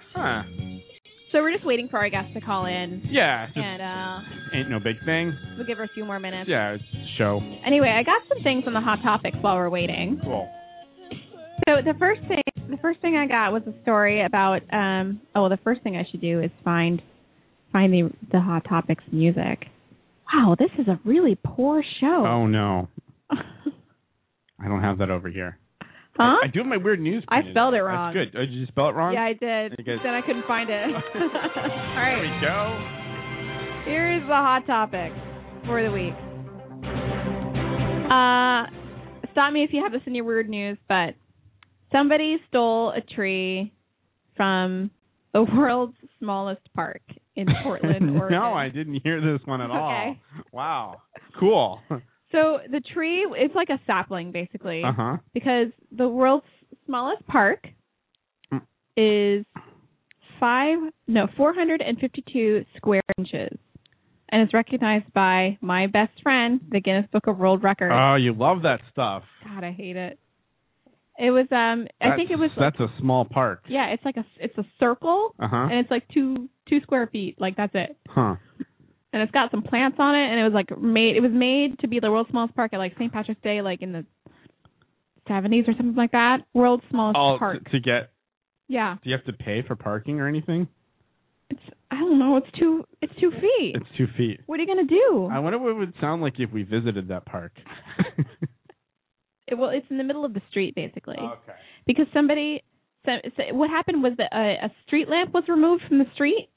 so we're just waiting for our guests to call in, Yeah, just and uh, ain't no big thing. we'll give her a few more minutes. Yeah, it's a show. Anyway, I got some things on the hot topics while we're waiting. Cool. So the first thing, the first thing I got was a story about. Um, oh, well, the first thing I should do is find, find the the hot topics music. Wow, this is a really poor show. Oh no. I don't have that over here. Huh? I do have my weird news. I printed. spelled it wrong. That's good. Oh, did you spell it wrong? Yeah, I did. You guys- Then I couldn't find it. All There right, we go. here is the hot topic for the week. Uh, stop me if you have this in your weird news, but somebody stole a tree from the world's smallest park in Portland, Oregon. no, I didn't hear this one at all. Okay. Wow. Cool. uh So the tree, it's like a sapling basically, huh. because the world's smallest park Mm. is five, no, 452 square inches, and is recognized by my best friend, the Guinness Book of World Records. Oh, you love that stuff. God, I hate it. It was, um, I think it was, That's a small park. yeah, it's like a, it's a circle, Uh huh. and it's like two, two square feet, like that's it. Huh. and it's got some plants on it and it was like made it was made to be the world's smallest park at like St. Patrick's Day like in the 70s or something like that. World's smallest All park. Oh, To, to get. yeah. Do you have to pay for parking or anything? It's I don't know, it's two it's 2 feet. It's two feet. what are you going to do? I wonder what it would sound like if we visited that park. It, well, it's in the middle of the street basically. okay. Because somebody so, so what happened was that a, a street lamp was removed from the street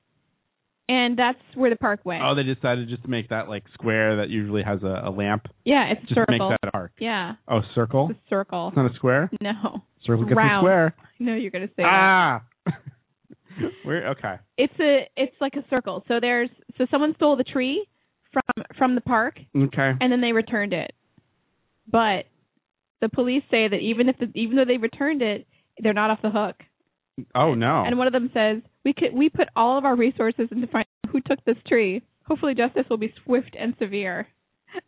and that's where the park went. Oh, they decided just to make that like square that usually has a, a lamp. yeah, it's Just circle. make that a park. Yeah, Oh, circle. it's a circle. It's not a square. No. Circle gets a Round. square. I know you're going to say that. Ah. We're okay. it's a it's like a circle. So there's so someone stole the tree from from the park Okay. and then they returned it. But the police say that even if the, even though they returned it, they're not off the hook. Oh no. And one of them says, "We could we put all of our resources into finding out who took this tree. Hopefully justice will be swift and severe."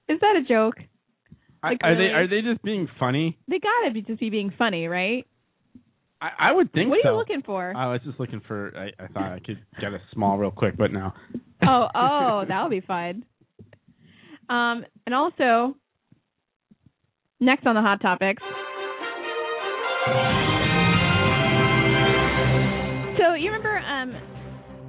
Is that a joke? I- like, are really? they are they just being funny? They gotta be just be being funny, right? I, I would think what are so. you looking for? I was just looking for. I, I thought I could get a small real quick, but no. oh, oh, that'll be fun. Um, and also, next on the hot topics. So you remember um,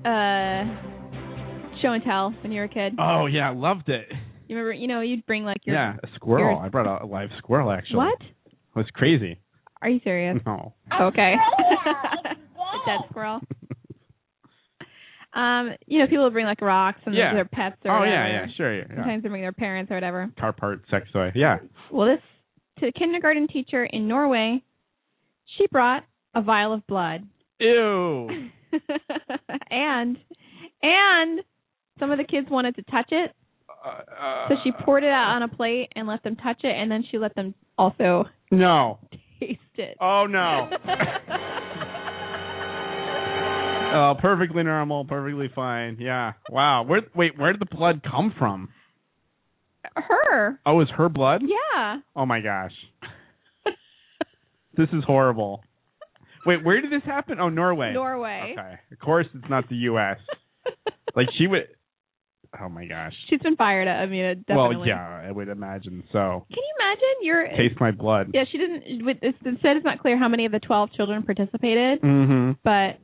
uh, show and tell when you were a kid? Oh yeah, I loved it. You remember, you know, you'd bring like your yeah, a squirrel. I brought a, a live squirrel actually. what? It was crazy. Are you serious? Oh, No. Okay. a dead squirrel. Um, you know, people would bring like rocks and Yeah. their pets or oh whatever. yeah, yeah, sure. Yeah, yeah. Sometimes they bring their parents or whatever. Car part, sex toy. Yeah. Well, this to the kindergarten teacher in Norway, she brought a vial of blood Ew. and and some of the kids wanted to touch it, Uh, so she poured it out on a plate and let them touch it, and then she let them also No. taste it. Oh no. oh, perfectly normal, perfectly fine. Yeah. Wow. Where? Wait, where did the blood come from? Her, Oh, is her blood? yeah, Oh my gosh. this is horrible. Wait, where did this happen? Oh, Norway. Norway. Okay. Of course it's not the US. like she would Oh my gosh. She's been fired. I mean, uh, definitely. Well, yeah, I would imagine so. Can you imagine? You're Taste my blood. yeah. She didn't. With, it's, it said it's not clear how many of the twelve children participated. Mhm. but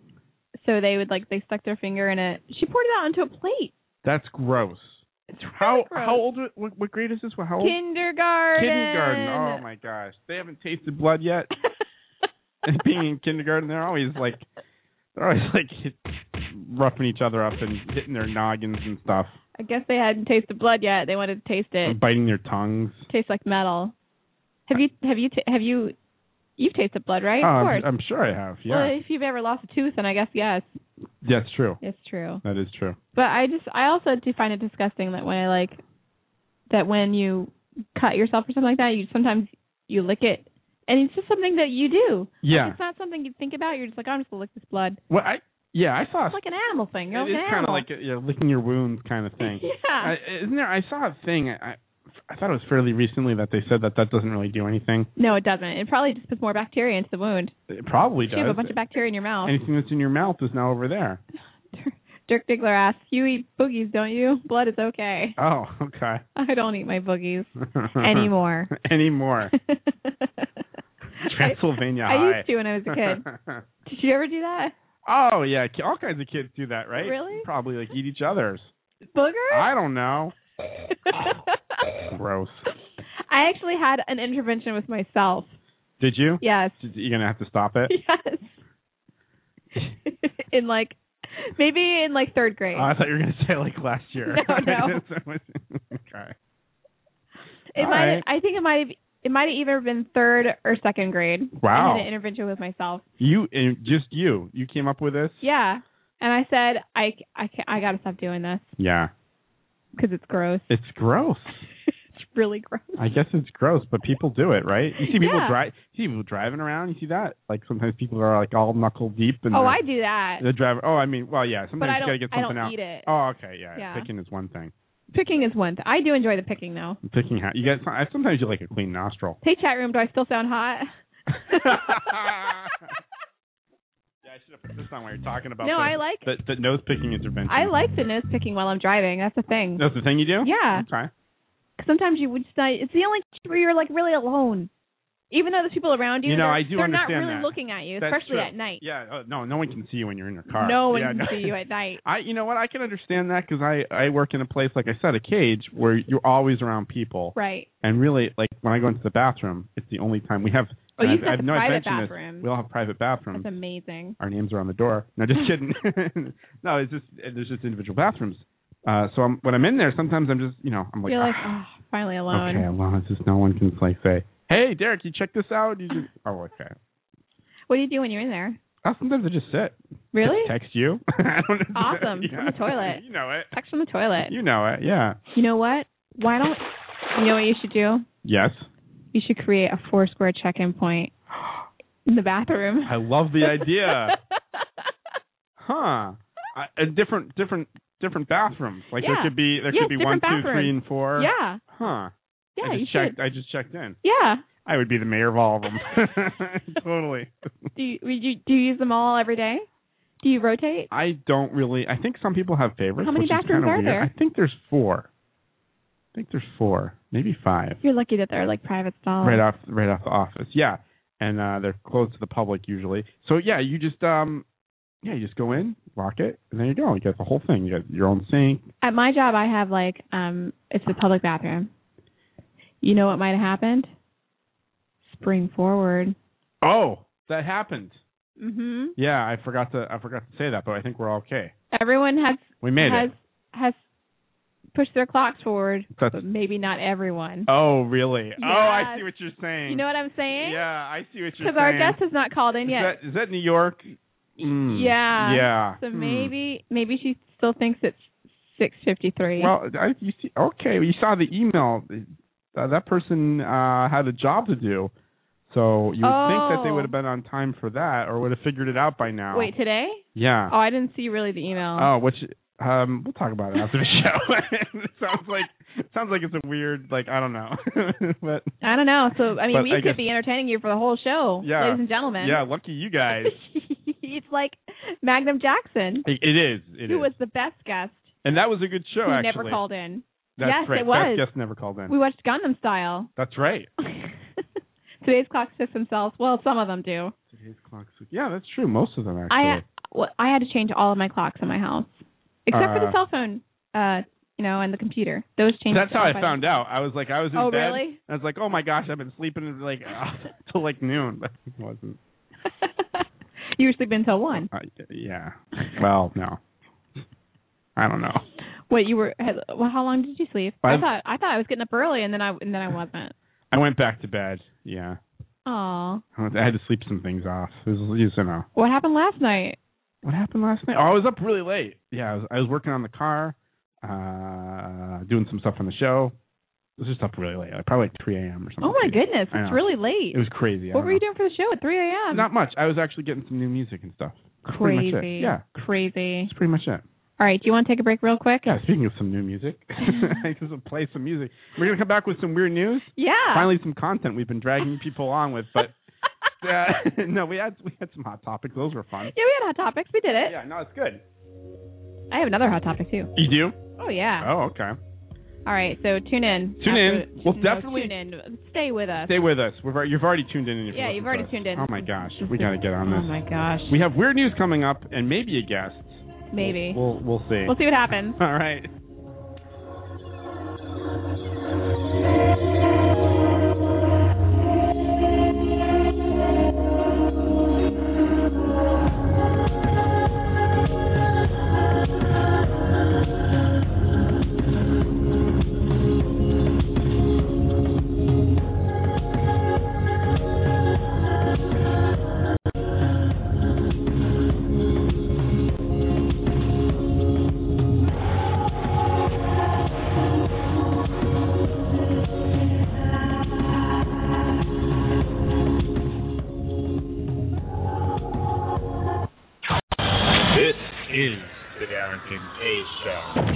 so they would like they stuck their finger in it. She poured it out onto a plate. That's gross. It's how really gross. how old what, what grade is this? How old? Kindergarten. Oh. Kindergarten. Oh my gosh. They haven't tasted blood yet. and being in kindergarten, they're always like they're always like roughing each other up and hitting their noggins and stuff, I guess they hadn't tasted blood yet. They wanted to taste it. and biting their tongues. Tastes like metal. Have you have you t- have you you've tasted blood, right? Oh, of I'm- course. I'm sure I have. Yeah, Well, if you've ever lost a tooth, then I guess yes, that's true. it's true. That is true. But I just I also do find it disgusting that when I like that when you cut yourself or something like that, you sometimes you lick it, and it's just something that you do. Like, Yeah. it's not something you think about. You're just like I'm just gonna lick this blood. Well, I yeah, I saw It's like an animal thing. You're It is an kind of animal. like a, yeah, licking your wounds kind of thing. Yeah. I, isn't there? I saw a thing. I I- I thought it was fairly recently that they said that that doesn't really do anything. no, it doesn't. It probably just puts more bacteria into the wound. It probably You have a does. bunch of bacteria in your mouth. Anything that's in your mouth is now over there. Dirk Diggler asks, "You eat boogies, don't you? Blood is okay. Oh, okay. I don't eat my boogies anymore. Uh-huh. Anymore. Transylvania I used High. to when I was a kid. Did you ever do that? oh yeah, ki- all kinds of kids do that, right? Really? Probably like eat each other's. Booger? I don't know. Gross. I actually had an intervention with myself. Did you? Yes. You're gonna have to stop it. Yes. in like maybe in like third grade. Oh, I thought you were gonna say like last year. No, no. okay. it all might right. I think it might have it might have either been third or second grade. Wow. I had an intervention with myself. You and just you. You came up with this. Yeah. And I said I I ca- I got to stop doing this Yeah. cuz it's gross. It's gross. It's really gross. I guess it's gross, but people do it, right? You see people Yeah. drive. See people driving around. You see that? Like sometimes people are like all knuckle deep and Oh, they're- I do that. The driver. Oh, I mean, well, yeah. Sometimes I you don't- gotta get I don't something out. eat it. Oh, okay, yeah. Yeah. Picking is one thing. Picking is one. Th- I do enjoy the picking though. Picking how you get. Sometimes you like a clean nostril. Hey chat room, do I still sound hot? Yeah, I should have put this on while you're talking about. No, the, I like- the, the nose picking intervention. I like the nose picking while I'm driving. That's the thing. That's the thing you do. Yeah. Okay. Cause sometimes you would just not, it's the only place where you're like really alone. Even though there's people around you, You know, they're, I do they're not understand really that. looking at you, That's especially true. at night. Yeah. Uh, no, no one can see you when you're in your car. No one Yeah, can see you at night. I, you know what? I can understand that because I, I work in a place like I said, a cage where you're always around people. Right. And really, like when I go into the bathroom, it's the only time we have. Oh, you I've, said I've the no private mentioned this. bathroom. We all have private bathrooms. That's amazing. Our names are on the door. No, just kidding. no, it's just there's just individual bathrooms. Uh, so I'm, when I'm in there, sometimes I'm just, you know, I'm like, you're like, "Ah, oh, finally alone. okay, well, it's just no one can like say, hey, Derek, you check this out. You just, oh, okay. What do you do when you're in there? Oh, sometimes I just sit. Really? Just text you. I don't know. Awesome. From the toilet. You know it. Text from the toilet. You know it. Yeah. You know what? Why don't you know what you should do? Yes. You should create a four square check in point in the bathroom. I love the idea. huh. I, a different, different, different bathrooms. Like Yeah. there could be there Yes, could be one, different two, three, bathrooms. and four. yeah. Huh. Yeah, I you just checked. should. I just checked in. Yeah. I would be the mayor of all of them. totally. Do you, would you do you use them all every day? Do you rotate? I don't really. I think some people have favorites. How many which is bathrooms kinda are weird. there? I think there's four. I think there's four, maybe five. You're lucky that they're like private stalls. right off right off the office. Yeah, and uh, they're closed to the public usually. So yeah, you just um, yeah, you just go in, lock it, and there you go. You got the whole thing. You got your own sink. At my job, I have like um, it's a public bathroom. You know what might have happened? Spring forward. Oh, that happened. hmm Yeah, I forgot to I forgot to say that, but I think we're okay. Everyone has We made has it. has pushed their clocks forward, That's- but maybe not everyone. Oh really? Oh, I Yes. see what you're saying. You know what I'm saying? Yeah, I see what you're saying. Because our guest has not called in is yet. that is that New York? Mm, yeah. Yeah. So Hmm. maybe maybe she still thinks it's six fifty three. Well, I, you see, okay, you saw the email. Uh, that person uh, had a job to do, so you would think that they Oh. would have been on time for that, or would have figured it out by now. wait today? Yeah. Oh, I didn't see really the email. Oh, which um, we'll talk about it after the show. it sounds like it sounds like it's a weird, like I don't know, but I don't know. So I mean, But we I could guess- be entertaining you for the whole show, Yeah. ladies and gentlemen. yeah, lucky you guys. it's like Magnum Jackson, It, it is. It who was is. the best guest and that was a good show. who actually, never called in. That's yes, right. it was. That guest never called in. We watched Gundam Style. That's right. Today's clock fix themselves. Well, some of them do. Today's clock's- Yeah, that's true. Most of them actually. I well, I had to change all of my clocks in my house, except for the Uh. cell phone, uh, you know, and the computer. Those changed. That's how I found out. I was like, I was in Oh, bed. really? and I was like, oh my gosh, I've been sleeping like till like noon, but it wasn't. You were sleeping until one. I, yeah. Well, no. I don't know. Wait, you were had- well, how long did you sleep? Five- I thought I thought I was getting up early, and then I and then I wasn't. I went back to bed. Yeah. Aw, Oh, I had to sleep some things off. It was, you know. what happened last night? What happened last night? Oh, I was up really late. Yeah, I was, I was working on the car, uh, doing some stuff on the show. It was just up really late, like probably like 3 a.m. or something. Oh my goodness, I know. it's really late. It was crazy. I what don't were you doing for the show at 3 a.m.? know. Not much. I was actually getting some new music and stuff. That's pretty crazy. much it. Yeah, crazy. that's pretty much it. All right, do you want to take a break real quick? Yeah, speaking of some new music, I guess we'll play some music. We're gonna come back with some weird news. Yeah. Finally, some content we've been dragging people along with, but uh, no, we had we had some hot topics. Those were fun. Yeah, we had hot topics. We did it. Yeah, no, it's good. I have another hot topic too. You do? Oh yeah. Oh, okay. All right, so tune in. Tune in. After- We'll no, definitely- tune in. Stay with us. Stay with us. We've, al- you've already tuned in. if Yeah, you're you've listening already to us. tuned in. Oh my gosh, we got to get on Oh this. my gosh. We have weird news coming up, and maybe a guest. Maybe. We'll we'll see. We'll see what happens. All right. This is the Darrington K Show.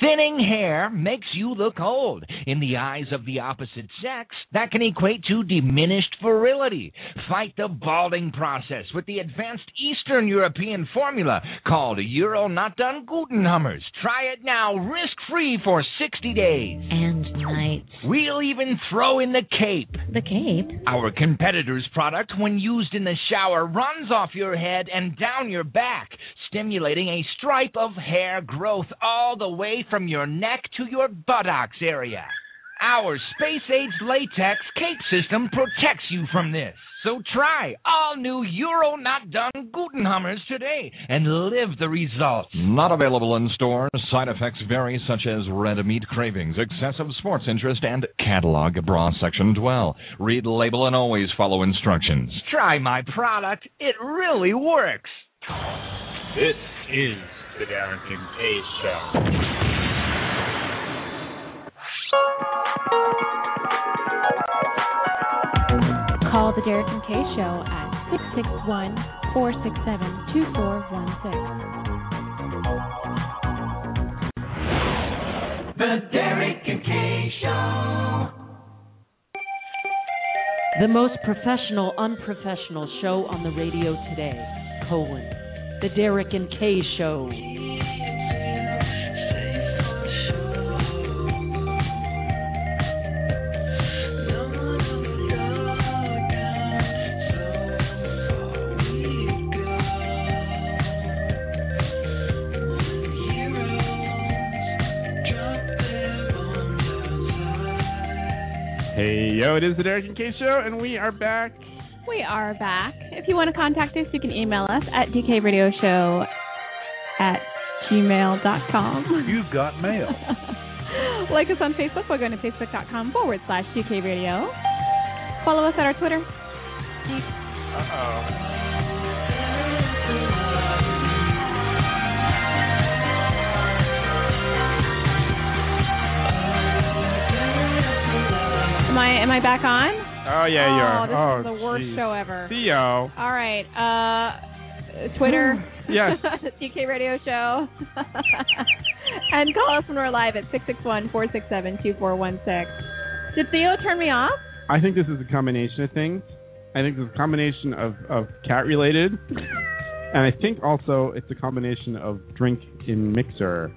Thinning hair makes you look old. In the eyes of the opposite sex, that can equate to diminished virility. Fight the balding process with the advanced Eastern European formula called Euro Not Done Gutenhummers. Try it now, risk free for 60 days. And nights. We'll even throw in the cape. The cape? Our competitor's product, when used in the shower, runs off your head and down your back, stimulating a stripe of hair growth all the way from your neck to your buttocks area. Our space age latex cape system protects you from this. So try all new Euro Not Done Gutenhammers today and live the results. Not available in stores. Side effects vary, such as red meat cravings, excessive sports interest, and catalog bra section 12. Read label and always follow instructions. Try my product, it really works. This is the Darrington K Show. Call the Derek and Kay Show at 661 467 2416. The Derek and Kay Show. The most professional, unprofessional show on the radio today, colon, The Derek and Kay Show. Hey yo, it is the Derek and Kay Show, and we are back. We are back. If you want to contact us, you can email us at dkradioshow at gmail.com. You've got mail. Like us on Facebook by going to facebook.com forward slash dkradio. Follow us at our Twitter. Uh-oh. Am I am I back on? Oh yeah, you Oh, this are. is oh, the worst geez. show ever. Theo. All right. Uh, Twitter. Hmm, Yes. TK Radio Show. and call us when we're live at 661 467 2416. Did Theo turn me off? I think this is a combination of things. I think this is a combination of, of cat related, and I think also it's a combination of drink in mixer,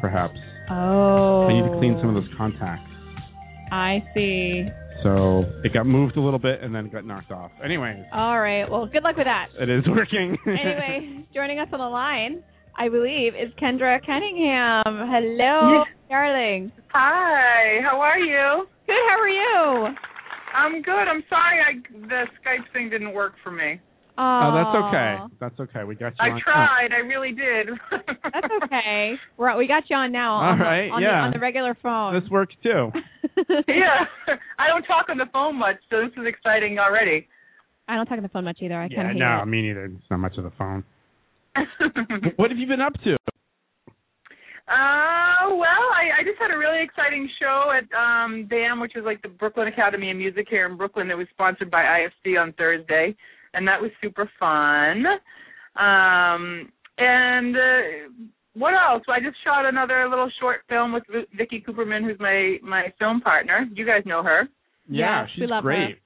perhaps. Oh. I need to clean some of those contacts. I see. So it got moved a little bit and then got knocked off. Anyways, All right. Well, good luck with that. it is working. anyway, joining us on the line, I believe, is Kendra Cunningham. Hello, darling. Hi, how are you? Good, how are you? I'm good. I'm sorry I the Skype thing didn't work for me. Oh, Aw. that's okay. That's okay. We got you. I on- tried. I really did. That's okay. We're, we got you on now. All on the- right, on yeah. The, on the regular oh, phone. this works too. yeah. I don't talk on the phone much, so this is exciting already. I don't talk on the phone much either. I yeah, kind of hate no, it. me neither. It's not much of the phone. what have you been up to? Uh, well, I, I just had a really exciting show at um, BAM, which is like the Brooklyn Academy of Music here in Brooklyn that was sponsored by IFC on Thursday, and that was super fun. Um, and uh, what else? I just shot another little short film with Vi- Vicky Cooperman, who's my my film partner. You guys know her. Yeah, she's we love her. great.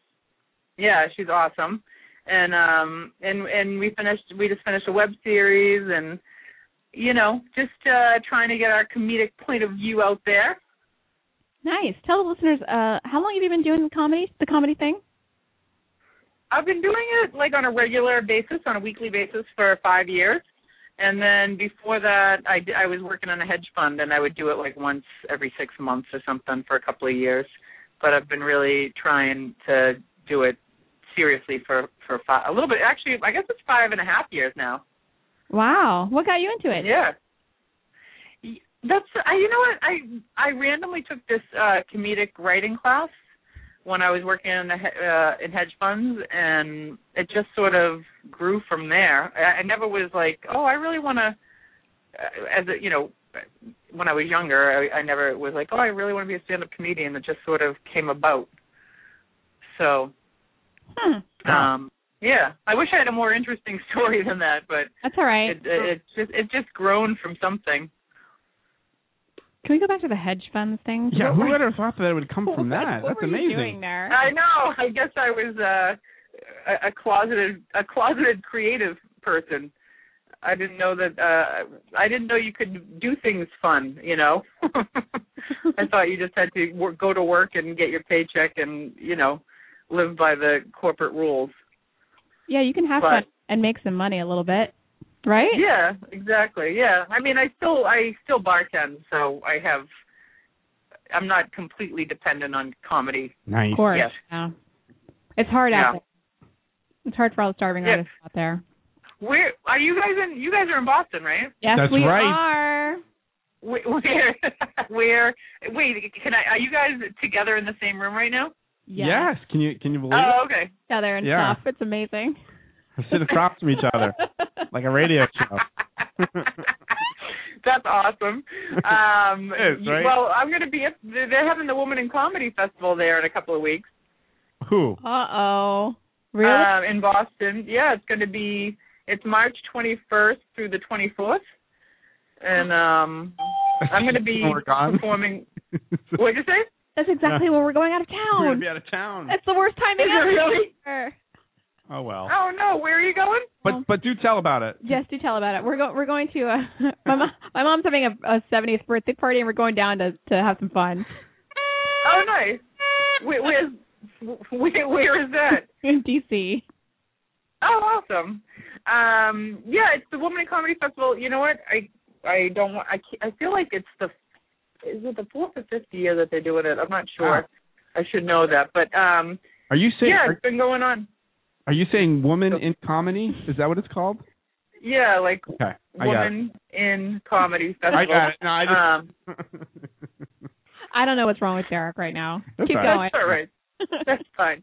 Yeah, she's awesome. And um and and we finished we just finished a web series and you know, just uh trying to get our comedic point of view out there. Nice. Tell the listeners uh, how long have you been doing comedy? The comedy thing. I've been doing it like on a regular basis, on a weekly basis for 5 years. And then before that, I d- I was working on a hedge fund and I would do it like once every 6 months or something for a couple of years. But I've been really trying to do it seriously for for five, a little bit actually I guess it's five and a half years now. Wow. What got you into it? Yeah. Y- That's I you know what I I randomly took this uh comedic writing class when I was working in the, he- uh in hedge funds and it just sort of grew from there. I, I never was like, oh, I really want to uh, as a, you know when I was younger, I, I never was like, oh, I really want to be a stand-up comedian. It just sort of came about. So, Hmm, um yeah, I wish I had a more interesting story than that, but That's all right. it, it, it's just it's just grown from something. Can we go back to the hedge funds thing? Yeah, who would have thought that it would come from that? what That's were you amazing. doing there? I know. I guess I was uh, a, a closeted a closeted creative person. I didn't know that. Uh, I didn't know you could do things fun. You know, I thought you just had to wor- go to work and get your paycheck and you know live by the corporate rules. Yeah, you can have But- fun and make some money a little bit, right? Yeah, exactly. Yeah. I mean, I still I still bartend, so I have. I'm not completely dependent on comedy. Nice. Of course. Yes. Yeah. It's hard Yeah. out there. It's hard for all the starving Yeah. artists out there. Where are you guys in? You guys are in Boston, right? Yes, That's we right. are. Wait, where, where? Wait, can I? Are you guys together in the same room right now? Yeah. Yes. Can you can you believe it? Oh, okay. Each other and Yeah. stuff. It's amazing. We're sitting across from each other like a radio show. That's awesome. Um, It is, you- right? Well, I'm going to be. At, they're they're having the Woman in Comedy Festival there in a couple of weeks. Who? Uh oh. Really? Uh, in Boston. Yeah, it's going to be. It's March 21st through the 24th, and um, I'm going to be Work on. performing. What'd you say? That's exactly when we're going out of We're gonna town. be out of town. That's the worst timing Is it ever. really? Oh well. Oh no, where are you going? But but do tell about it. Yes, do tell about it. We're going. We're going to. Uh, my mom. My mom's having a, a 70th birthday party, and we're going down to to have some fun. Oh nice. Where, where's where, where is that? in DC. Oh, awesome. Um, yeah, it's the Woman in Comedy Festival. You know what? I I don't want. I ca- I feel like it's the is it the fourth or fifth year that they're doing it. I'm not sure. I should know that, but um, Uh, Are you saying yeah, are, it's been going on. are you saying woman in comedy? Is that what it's called? Yeah, like Okay. I got it. Woman in Comedy Festival. I got it. No, I um, just I don't know what's wrong with Derek right now. That's Keep all going. right. That's all right. That's fine.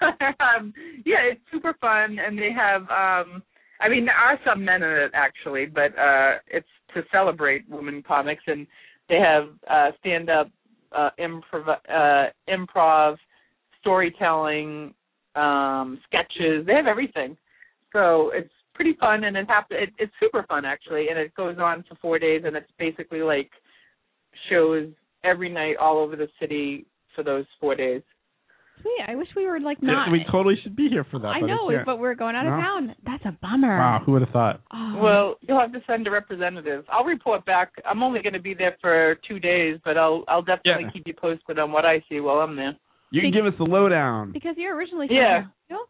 um, yeah, it's super fun, and they have. um I mean, there are some men in it actually, but uh it's to celebrate women comics, and they have uh stand up, uh, improv, uh, improv, storytelling, um, sketches. They have everything, so it's pretty fun, and it hap- it, It's super fun actually, and it goes on for four days, and it's basically like shows every night all over the city for those four days. Gee, I wish we were like Yeah, not. we totally should be here for that. I but know, we can't. but we're going out of No. town. That's a bummer. Wow, who would have thought? Oh. Well, you'll have to send a representative. I'll report back. I'm only going to be there for two days, but I'll I'll definitely Yeah. keep you posted on what I see while I'm there. You can Be- give us the lowdown. because you're originally from Yeah. Nashville?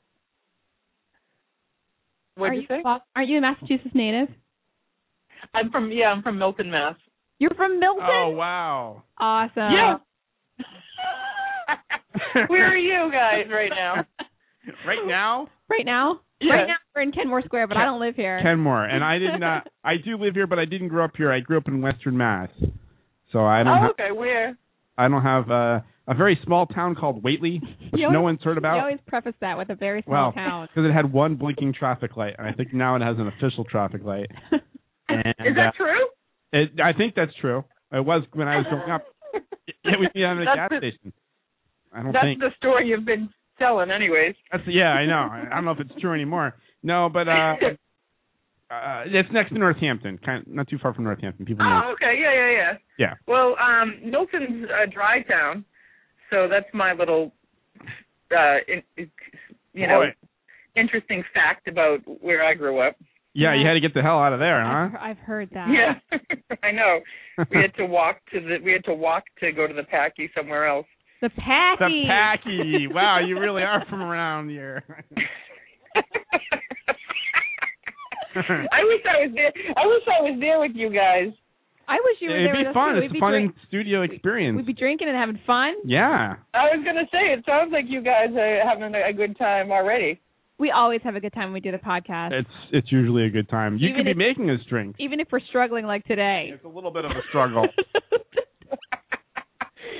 What Are did you say? Bos- Aren't you a Massachusetts native? I'm from yeah, I'm from Milton, Mass. You're from Milton. Oh wow. Awesome. yeah. Where are you guys right now? Right now? Right now. Yeah. Right now. We're in Kenmore Square, but I Ken- don't live here. Kenmore, and I did not. I do live here, but I didn't grow up here. I grew up in Western Mass, so I don't. Oh, ha- okay. Where? I don't have uh, a very small town called Waitley, which You no always- one's heard You about. always preface that with a very small Well, town. because it had one blinking traffic light, and I think now it has an official traffic light. And, Is that uh, true? It, I think that's true. It was when I was growing up. It was down at a That's gas the- station. I don't That's think. the story you've been selling, anyways. That's yeah, I know. I I don't know if it's true anymore. No, but uh, uh it's next to Northampton, kind of, not too far from Northampton. People know. Oh, okay. Yeah, yeah, yeah. Yeah. Well, um, Milton's a dry town, so that's my little, uh, in, in- you know, Boy. interesting fact about where I grew up. Yeah, you had to get the hell out of there, huh? I've heard that. Yeah, I know. We had to walk to the. We had to walk to go to the Packy somewhere else. The Packy. The Packy. Wow, you really are from around here. I wish I was there. I wish I was there with you guys. I wish you were It'd there be with us, fun. too. It's We'd be a fun drink- in studio experience. We'd be drinking and having fun. yeah. I was gonna say it sounds like you guys are having a good time already. We always have a good time when we do the podcast, It's it's usually a good time. You Even could be if- making us drink. even if we're struggling like today. It's a little bit of a struggle.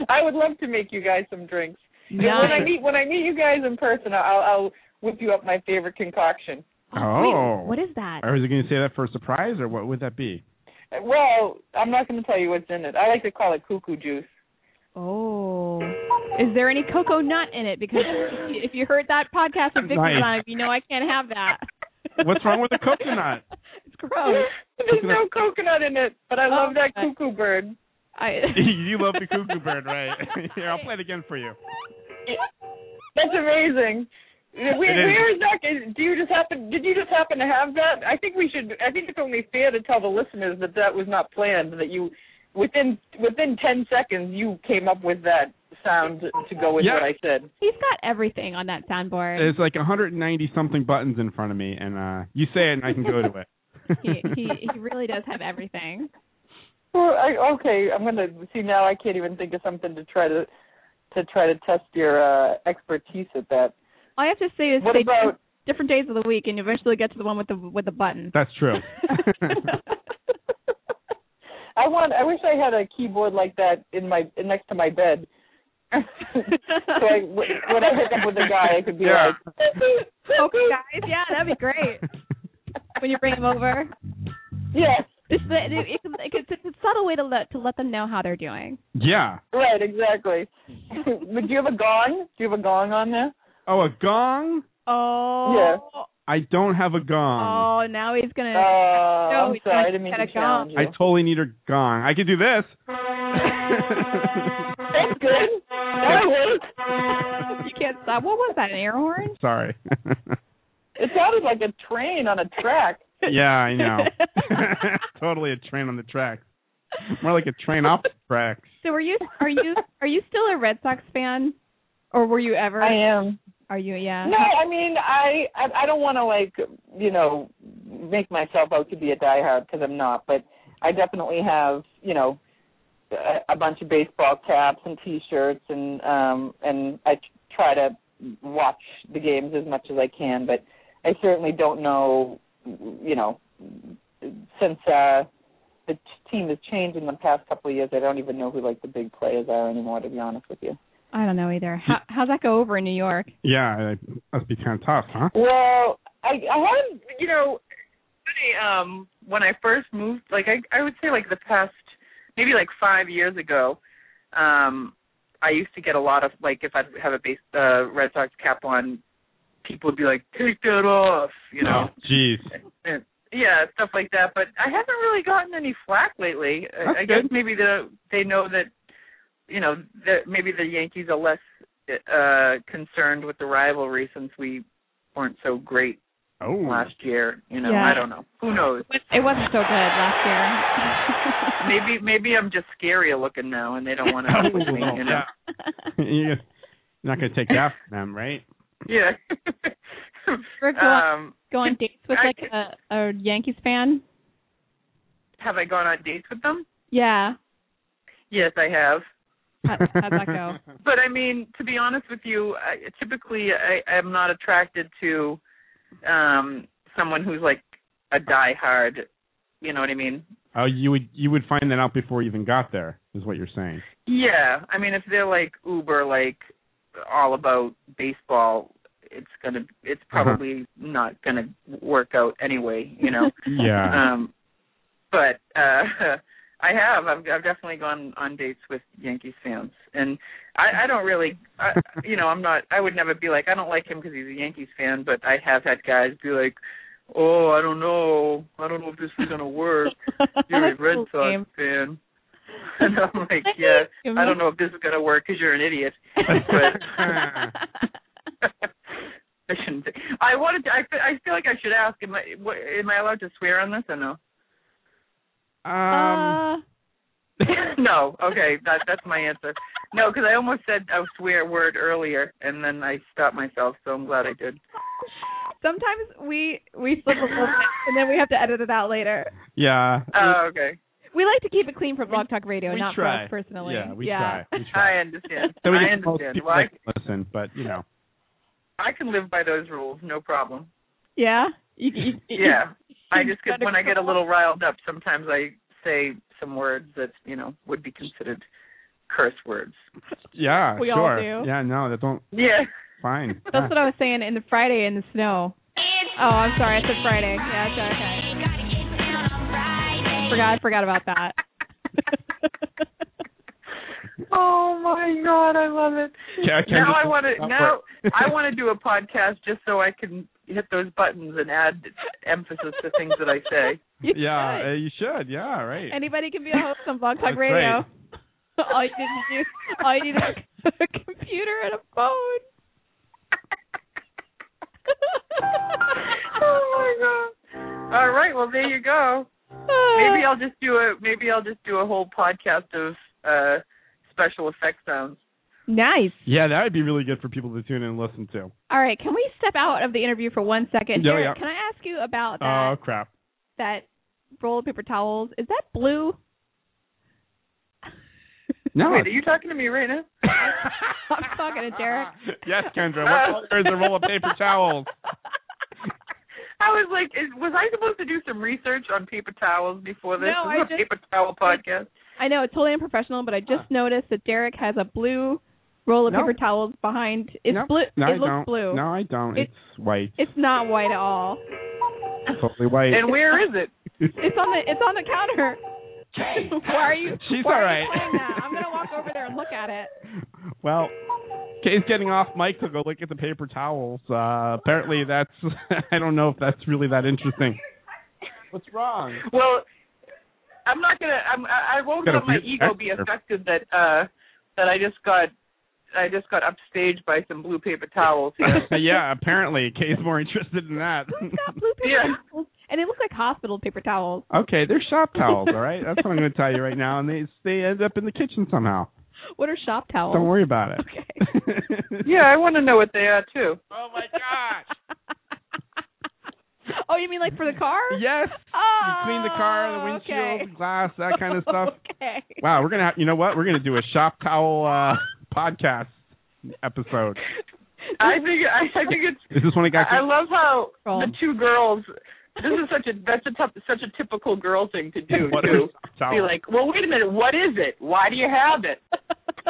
I would love to make you guys some drinks. And When I Nice. meet when I meet you guys in person, I'll I'll whip you up my favorite concoction. oh. What is that? Or was it going to say that for a surprise, or what would that be? Well, I'm not going to tell you what's in it. I like to call it cuckoo juice. Oh. Is there any cocoa nut in it? Because if you heard that podcast with Victor Nice. and I, you know I can't have that. What's wrong with the coconut? It's gross. There's no Coconut. coconut in it, but I Oh, love that God. cuckoo bird. I you love the cuckoo bird, right? Here, I'll play it again for you. That's amazing. Where, is. where is that? is- Do you just happen? Did you just happen to have that? I think we should. I think it's only fair to tell the listeners that that was not planned. That you, within within ten seconds, you came up with that sound to go with Yeah. what I said. He's got everything on that soundboard. There's like 190 something buttons in front of me, and uh you say it, and I can go to it. He he he really does have everything. Well, I, okay, I'm gonna see now. I can't even think of something to try to to try to test your uh expertise at that. All I have to say is What say about- different days of the week, and you eventually get to the one with the with the button. That's true. I want. I wish I had a keyboard like that in my next to my bed. so I, when I hook up with a guy, I could be Yeah. like, okay, guys, yeah, that'd be great when you bring him over. yes, It's the, it, it, it's, it's a subtle way to let to let them know how they're doing. yeah. right, exactly. Would you have a gong? Do you have a gong on there? Oh, a gong? Oh, I don't have a gong. oh, Um, now he's gonna. Uh, no, I'm he's sorry, I gonna didn't mean get to a gong. challenge I you. totally need a gong. I could do this. That's good. That'll work. uh, You can't stop. What was that? An air horn? Sorry. It sounded like a train on a track. yeah, I know. totally a train on the tracks. More like a train off the tracks. So are you are you are you still a Red Sox fan, or were you ever? I am. Are you? Yeah. No, I mean, I I, I don't want to like you know make myself out to be a diehard because I'm not, but I definitely have you know a, a bunch of baseball caps and T-shirts and um and I t- try to watch the games as much as I can, but I certainly don't know you know since uh the t- team has changed in the past couple of years, I don't even know who like the big players are anymore. To be honest with you. I don't know either. How how's that go over in New York? Yeah, I- that must be kind of tough, huh? Well, I I haven't, you know, I, um, when I first moved, like I I would say like the past maybe like five years ago, um, I used to get a lot of like if I'd have a base uh, Red Sox cap on, people would be like, take that off, you know, Oh, jeez. and, yeah, stuff like that. But I haven't really gotten any flack lately. That's I, I guess good. maybe the they know that, you know, that maybe the Yankees are less uh concerned with the rivalry since we weren't so great Oh. last year. You know, Yeah. I don't know. Who knows? It wasn't so good last year. Maybe maybe I'm just scarier looking now, and they don't want to with me. You know? You're not going to take that from them, right? Yeah. We're go, um, go on dates with I- like a, a Yankees fan. have I gone on dates with them? Yeah. Yes, I have. How, how'd that go? But I mean, to be honest with you, I, typically I, I'm not attracted to um someone who's like a diehard. You know what I mean? Oh, you would you would find that out before you even got there, is what you're saying. Yeah, I mean if they're like uber like all about baseball, it's gonna it's probably not gonna work out anyway. You know. Yeah. Um, but uh, I have I've I've definitely gone on dates with Yankees fans, and I I don't really I, you know I'm not I would never be like I don't like him because he's a Yankees fan, but I have had guys be like. Oh, I don't know. I don't know if this is gonna work. You're a Red That's so Sox lame. fan. And I'm like, yeah, I don't know if this is gonna work because you're an idiot. But I shouldn't. Say. I wanted. To, I fe- I feel like I should ask. Am I what, am I allowed to swear on this or no? Uh, Um, no. Okay, that that's my answer. No, because I almost said a swear word earlier, and then I stopped myself. So I'm glad I did. Sometimes we we slip a little bit, and then we have to edit it out later. yeah. Oh, okay. We like to keep it clean for Blog Talk Radio, we not try. for us personally. Yeah, we try. We try. I understand. So we I get most understand. people Well, I, that listen, but you know. I can live by those rules, no problem. Yeah. You, you, Yeah. I just get when I get a little riled up, sometimes I say some words that you know would be considered curse words. Yeah. We all sure. do. Yeah. No, that don't. Yeah. Fine. That's what I was saying in the Friday in the snow. Oh, I'm sorry. I said Friday. Yeah, it's okay. Forgot forgot about that. Oh my god, I love it. Yeah, Ken now just I want to won't now stop I want to do a podcast just so I can hit those buttons and add emphasis to things that I say. yeah. uh, you should. Yeah. Right. Anybody can be a host on Blog Talk That's Radio. all you need to do, all you need is a computer and a phone. oh my god. All right, well there you go. Maybe I'll just do a maybe I'll just do a whole podcast of uh special effect sounds. Nice. Yeah, that would be really good for people to tune in and listen to. All right, can we step out of the interview for one second? Yeah, Derek, yeah. Can I ask you about that Oh crap! that roll of paper towels? Is that blue? No. Wait, are you talking to me right now? I'm talking to Derek. yes, Kendra. What color is a roll of paper towels? I was like, is, was I supposed to do some research on paper towels before this? No, this I is a just- paper towel podcast. I know it's totally unprofessional, but I just noticed that Derek has a blue roll of No. paper towels behind. It's no. blue. No, it I looks don't. blue. No, I don't. It- it's white. It's not white at all. totally white. And where is it? It's on the it's on the counter. why are you? She's why all are you right. playing that? I'm gonna walk over there and look at it. Well, Kay's getting off mic to go look at the paper towels. Uh, apparently, that's I don't know if that's really that interesting. What's wrong? Well, I'm not gonna. I'm, I I won't Gotta let my be- ego be affected that uh that I just got I just got upstaged by some blue paper towels here. yeah, apparently Kay's more interested in that. Blue paper Yeah. towels, and they look like hospital paper towels. okay, they're shop towels, all right. That's what I'm going to tell you right now, and they they end up in the kitchen somehow. What are shop towels? Don't worry about it. yeah, I want to know what they are too. Oh my gosh! Oh, you mean like for the car? Yes. Oh, You clean the car, Oh, the windshield, okay. the glass, that kind of stuff. okay. Wow, we're gonna have, you know what? We're gonna do a shop towel uh, podcast episode. I think I, I think it's. Is this one that got? I love how the two girls. This is such a that's a t- such a typical girl thing to do What too. are shop Be towels? like, well, wait a minute, what is it? Why do you have it?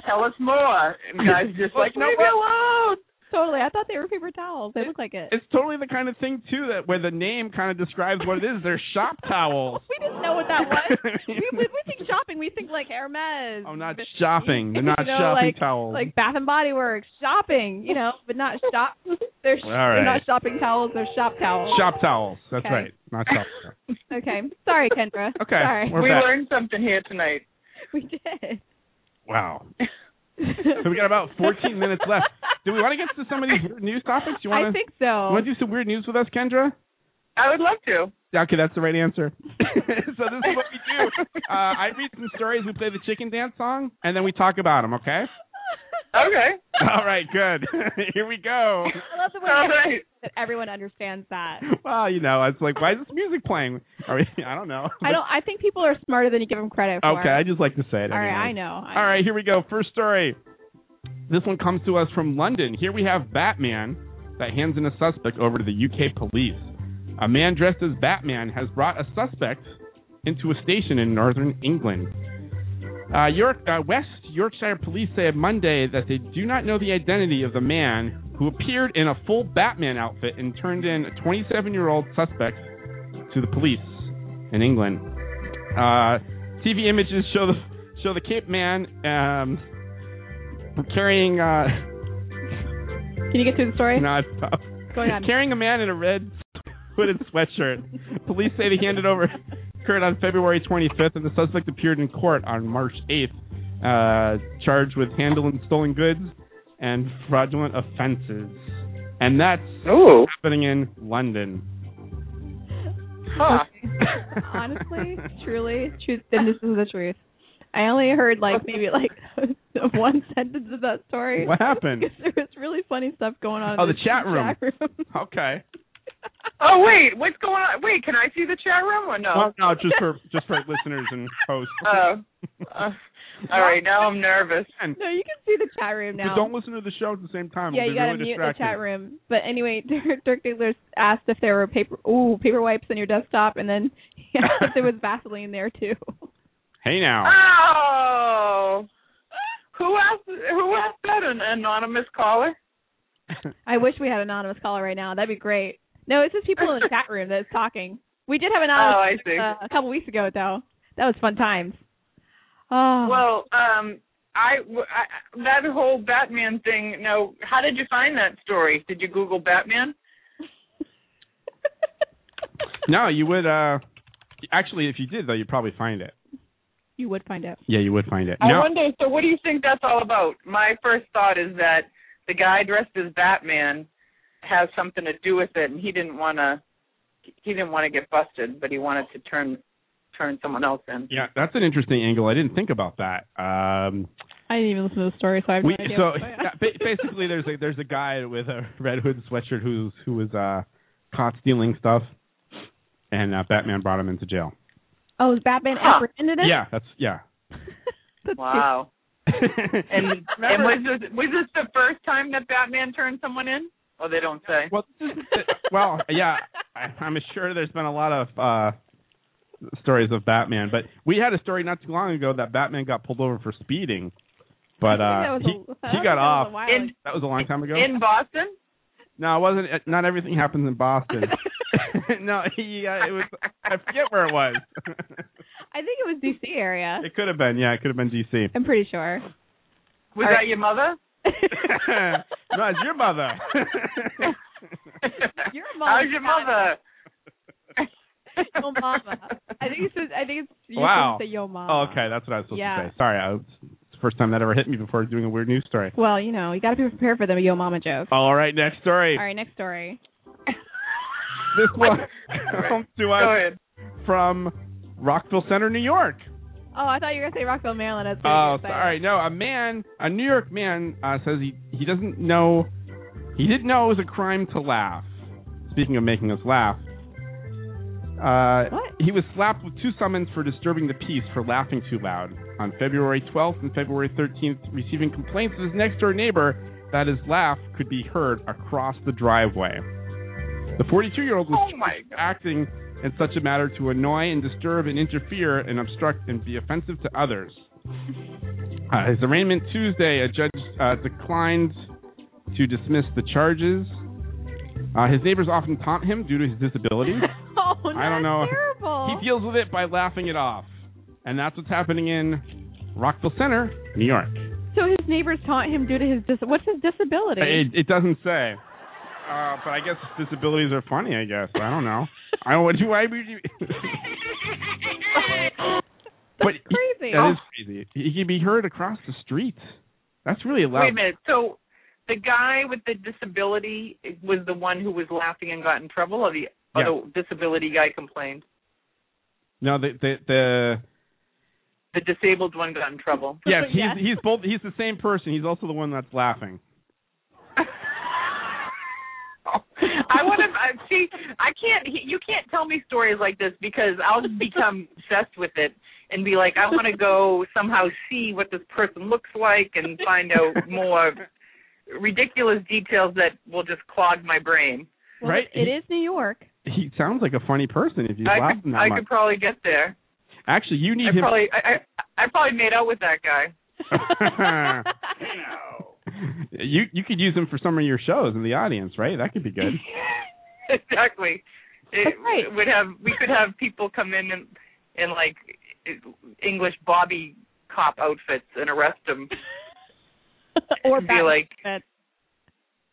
Tell us more. And guys just like, no, Leave me well, alone. Totally. I thought they were paper towels. They look like it. It's totally the kind of thing too that where the name kind of describes what it is. They're shop towels. We didn't know what that was. we, we, we think shopping, we think like Hermes. Oh, not shopping. They're not you know, shopping like, towels. Like Bath and Body Works, shopping, you know, but not shop. They're, sh- All right. they're not shopping towels, they're shop towels. shop towels. That's Okay. right. Not shop towels. Okay. Sorry, Kendra. Okay, Sorry. we're We back. learned something here tonight. We did. Wow. so we got about 14 minutes left. Do we want to get to some of these weird news topics? You want to? I think so. You want to do some weird news with us, Kendra? I would love to. Okay, that's the right answer. so this is what we do. Uh, I read some stories. We play the chicken dance song, and then we talk about them. Okay. Okay. All right. Good. Here we go. I love the way All right. that everyone understands that. Well, you know, it's like, why is this music playing? Are we, I don't know. I don't. I think people are smarter than you give them credit for. Okay, I just like to say it. All right, anyway. I know. I All right, here we go. First story. This one comes to us from London. Here we have Batman that hands in a suspect over to the UK police. A man dressed as Batman has brought a suspect into a station in northern England. Uh, York, uh, West Yorkshire police said Monday that they do not know the identity of the man who appeared in a full Batman outfit and turned in a 27 year old suspect to the police in England. Uh, TV images show the show the Cape Man um, carrying. Uh, Can you get through the story? No, it's tough. Going on. Carrying a man in a red hooded sweatshirt. Police say they handed over occurred on February 25th, and the suspect appeared in court on March 8th, uh, charged with handling stolen goods and fraudulent offenses. And that's happening in London. Huh. Honestly, truly, truth. Then this is the truth. I only heard like maybe like one sentence of that story. What happened? Because there was really funny stuff going on. Oh, in the chat room. Chat room. Okay. Oh wait, what's going on? Wait, can I see the chat room or no? Well, no, just for just for listeners and hosts. Oh. Uh, all right, now I'm nervous. No, you can see the chat room If you now. don't listen to the show at the same time, yeah, it'll you be gotta really mute distracting. the chat room. But anyway, Dirk, Dirk Diggler asked if there were paper ooh paper wipes on your desktop, and then he asked if there was Vaseline there too. Hey now. Oh. Who asked? Who asked that? An anonymous caller? Ah! I wish we had an anonymous caller right now. That'd be great. No, it's just people in the chat room that's talking. We did have an Oh, I anonymous see. uh, a couple weeks ago though. That was fun times. Oh. Well, um, I, w- I- that whole Batman thing. No, how did you find that story? Did you Google Batman? No, you would. uh Actually, if you did though, you'd probably find it. You would find out. Yeah, you would find it. I No, wonder. So, what do you think that's all about? My first thought is that the guy dressed as Batman has something to do with it, and he didn't want to. He didn't want to get busted, but he wanted to turn turn someone else in. yeah, that's an interesting angle. I didn't think about that. Um I didn't even listen to the story, so I have we, no idea. so what's going on. yeah, ba- basically, there's a there's a guy with a red hood sweatshirt who's who was uh, caught stealing stuff, and uh, Batman brought him into jail. Oh, is Batman apprehended him? Yeah, that's yeah. Wow. And and Remember- was this was this the first time that Batman turned someone in? Oh, they don't say. Well, well, yeah, I, I'm sure there's been a lot of uh, stories of Batman, but we had a story not too long ago that Batman got pulled over for speeding, but I uh, think that was he, a- he I think that got was a off. while In- ago. that was a long time ago. in Boston. no, it wasn't. it- Not everything happens in Boston. no, he. Uh, it was. I forget where it was. I think it was D.C. area. It could have been. Yeah, it could have been D.C. I'm pretty sure. Was All that right. your mother? no, it's your mother. Your How's mother's your got mother? it. Yo mama. I think it's I think it's you wow. should say yo mama. Oh, okay, that's what I was supposed Yeah. to say. Sorry, I, it's the first time that ever hit me before doing a weird news story. Well, you know, you got to be prepared for the yo mama joke. All right, next story. All right, next story. This one comes to us from Rockville Center, New York. Oh, I thought you were gonna say Rockville, Maryland. That's what Oh, you were sorry. No, a man, a New York man, uh, says he he doesn't know, he didn't know it was a crime to laugh. Speaking of making us laugh, uh, he was slapped with two summons for disturbing the peace for laughing too loud on February 12th and February 13th, receiving complaints of his next door neighbor that his laugh could be heard across the driveway. The 42 year old Oh was charged with acting in such a manner to annoy and disturb and interfere and obstruct and be offensive to others. Uh, his arraignment Tuesday, a judge uh, declined to dismiss the charges. Uh, his neighbors often taunt him due to his disability. Oh, I don't know. Terrible. He deals with it by laughing it off, and that's what's happening in Rockville Center, New York. So his neighbors taunt him due to his dis- what's his disability? It, it doesn't say, uh, but I guess disabilities are funny. I guess I don't know. I don't. What do I? would you- but he- crazy. Oh, that is crazy. He can be heard across the street. That's really loud. Wait a minute. So the guy with the disability was the one who was laughing and got in trouble, or the Yeah. other disability guy complained? No, the the, the The disabled one got in trouble. yes, he's he's both. He's the same person. He's also the one that's laughing. I want to see. I can't. he- You can't tell me stories like this because I'll become obsessed with it and be like, I want to go somehow see what this person looks like and find out more ridiculous details that will just clog my brain. Well, right? It is New York. he sounds like a funny person if you I laugh at could, him that I much. could probably get there. Actually, you need I him. probably I, I I probably made out with that guy. you you could use him for some of your shows in the audience, right? That could be good. exactly. It would have we could have people come in and in like English Bobby cop outfits and arrest them. or be back- like, that-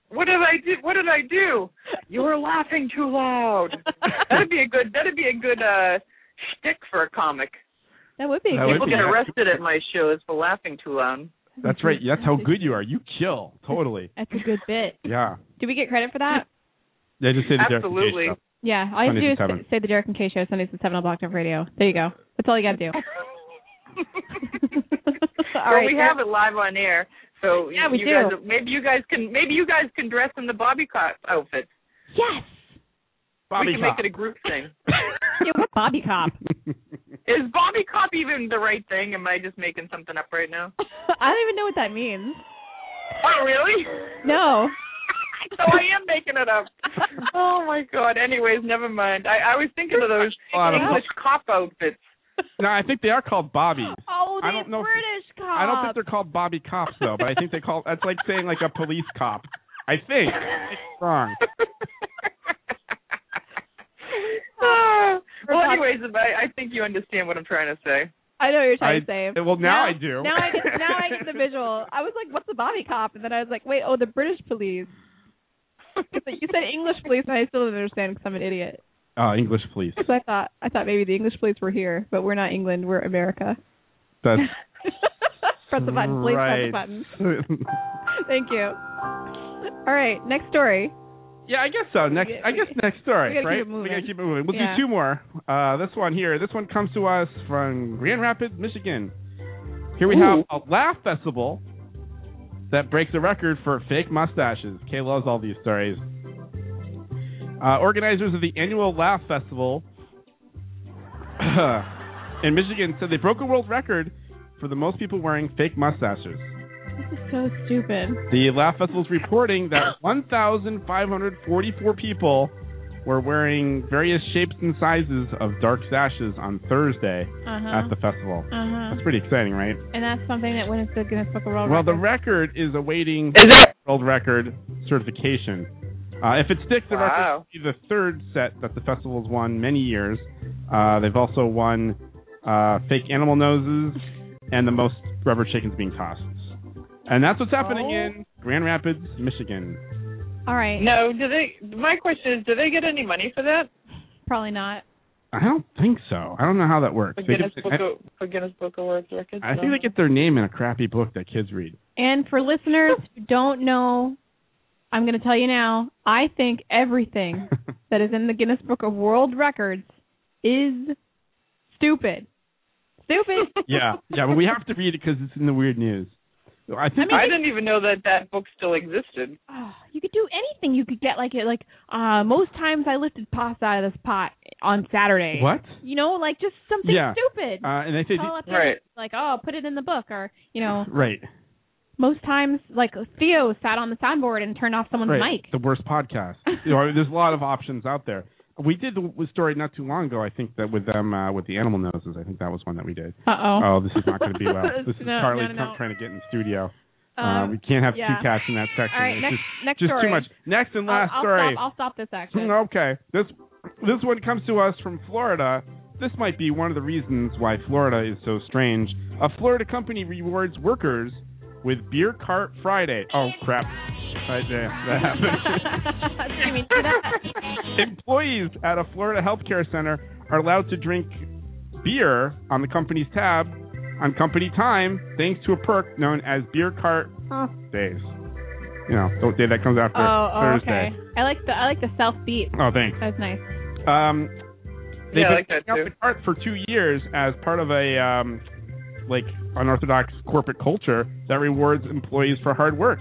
What did I do? What did I do? You were laughing too loud. that'd be a good. That'd be a good uh shtick for a comic. That would be. That People would be get good. arrested at my shows for laughing too loud. That's right. That's how good you are. You kill totally. That's a good bit. Yeah. Do we get credit for that? They just say the Derek and Kay Absolutely. Show. Yeah, all you have to do Sundays is at seven. say- say the Derek and Kay Show Sundays at seven on Block Talk Radio. There you go. That's all you got to do. well, right, we Derek. have it live on air, so Yeah, we you do. Guys, maybe you guys can maybe you guys can dress in the Bobby Cop outfits. Yes. we Bobby can Cop. make it a group thing. yeah, what Bobby Cop? Is Bobby Cop even the right thing? Am I just making something up right now? I don't even know what that means. Oh, really? No. so I am making it up. Oh my god. Anyways, never mind. I, I was thinking of those a lot of- English cop outfits. No, I think they are called Bobbies. Oh, I don't know. if- British cop. I don't think they're called Bobby cops though, but I think they call that's like saying like a police cop. I think it's wrong. Ah. well, anyways, I, I think you understand what I'm trying to say. I know what you're trying I- to say. well, now I do. Now I get now I get the visual. I was like, "What's the Bobby Cop?" And then I was like, "Wait, oh, the British police." It's like, you said English police, and I still didn't understand because I'm an idiot. Uh, English police. So I thought I thought maybe the English police were here, but we're not England. We're America. That's Press the button, please. right. Press the button. Thank you. All right, next story. yeah, I guess so. Next, I guess next story, we gotta right? keep it moving. We gotta keep it moving. We'll Yeah. do two more. Uh, this one here. This one comes to us from Grand Rapids, Michigan. Here we Ooh. have a laugh festival that breaks the record for fake mustaches. Kay loves all these stories. Uh, organizers of the annual Laugh Festival in Michigan said they broke a world record for the most people wearing fake mustaches. This is so stupid. The Laugh Festival's reporting that 1,544 people were wearing various shapes and sizes of dark sashes on Thursday Uh at the huh. festival. Uh That's huh. pretty exciting, right? And that's something that went into the Guinness Book of Oh, World well, Records. the record is awaiting world record certification. Uh, if it sticks, the record Wow. will be the third set that the festival's won many years. Uh, they've also won uh, fake animal noses and the most rubber chickens being tossed. And that's what's happening Oh. in Grand Rapids, Michigan. All right. No, do they? My question is, do they get any money for that? Probably not. I don't think so. I don't know how that works. For They Guinness get- Book of, for Guinness Book of World Records. I, I No. think they get their name in a crappy book that kids read. And for listeners who don't know, I'm going to tell you now. I think everything that is in the Guinness Book of World Records is stupid. Stupid. yeah, yeah, but we have to read it because it's in the weird news. So I think I didn't even know that that book still existed. Oh, you could do anything. You could get like it. Like uh, most times, I lifted pasta out of this pot on Saturday. what? You know, like just something Yeah. stupid. Uh, and they say Call up right, Like, oh, put it in the book, or you know, right, most times, like Theo sat on the soundboard and turned off someone's right. mic. The worst podcast. you know, there's a lot of options out there. We did the story not too long ago. I think that with them uh, with the animal noses. I think that was one that we did. Uh oh. Oh, this is not going to be well. This is No, Carly no, no, Trump no. trying to get in studio. uh, Um, we can't have yeah. two cats in that section. All right, It's next just, next just story. too much. Ah, Next and last I'll, I'll story. Stop, I'll stop this action. Mm, Okay. This this one comes to us from Florida. This might be one of the reasons why Florida is so strange. A Florida company rewards workers with beer cart Friday. Oh crap. Right there. That happened. Didn't even do that. Employees at a Florida healthcare center are allowed to drink beer on the company's tab on company time thanks to a perk known as beer cart days. You know, the day that comes after oh, oh, Thursday. okay. I like the I like the self beat. Oh, thanks. That's nice. Um, they've been Yeah, I like that putting out too. the cart for two years as part of a um, like unorthodox corporate culture that rewards employees for hard work.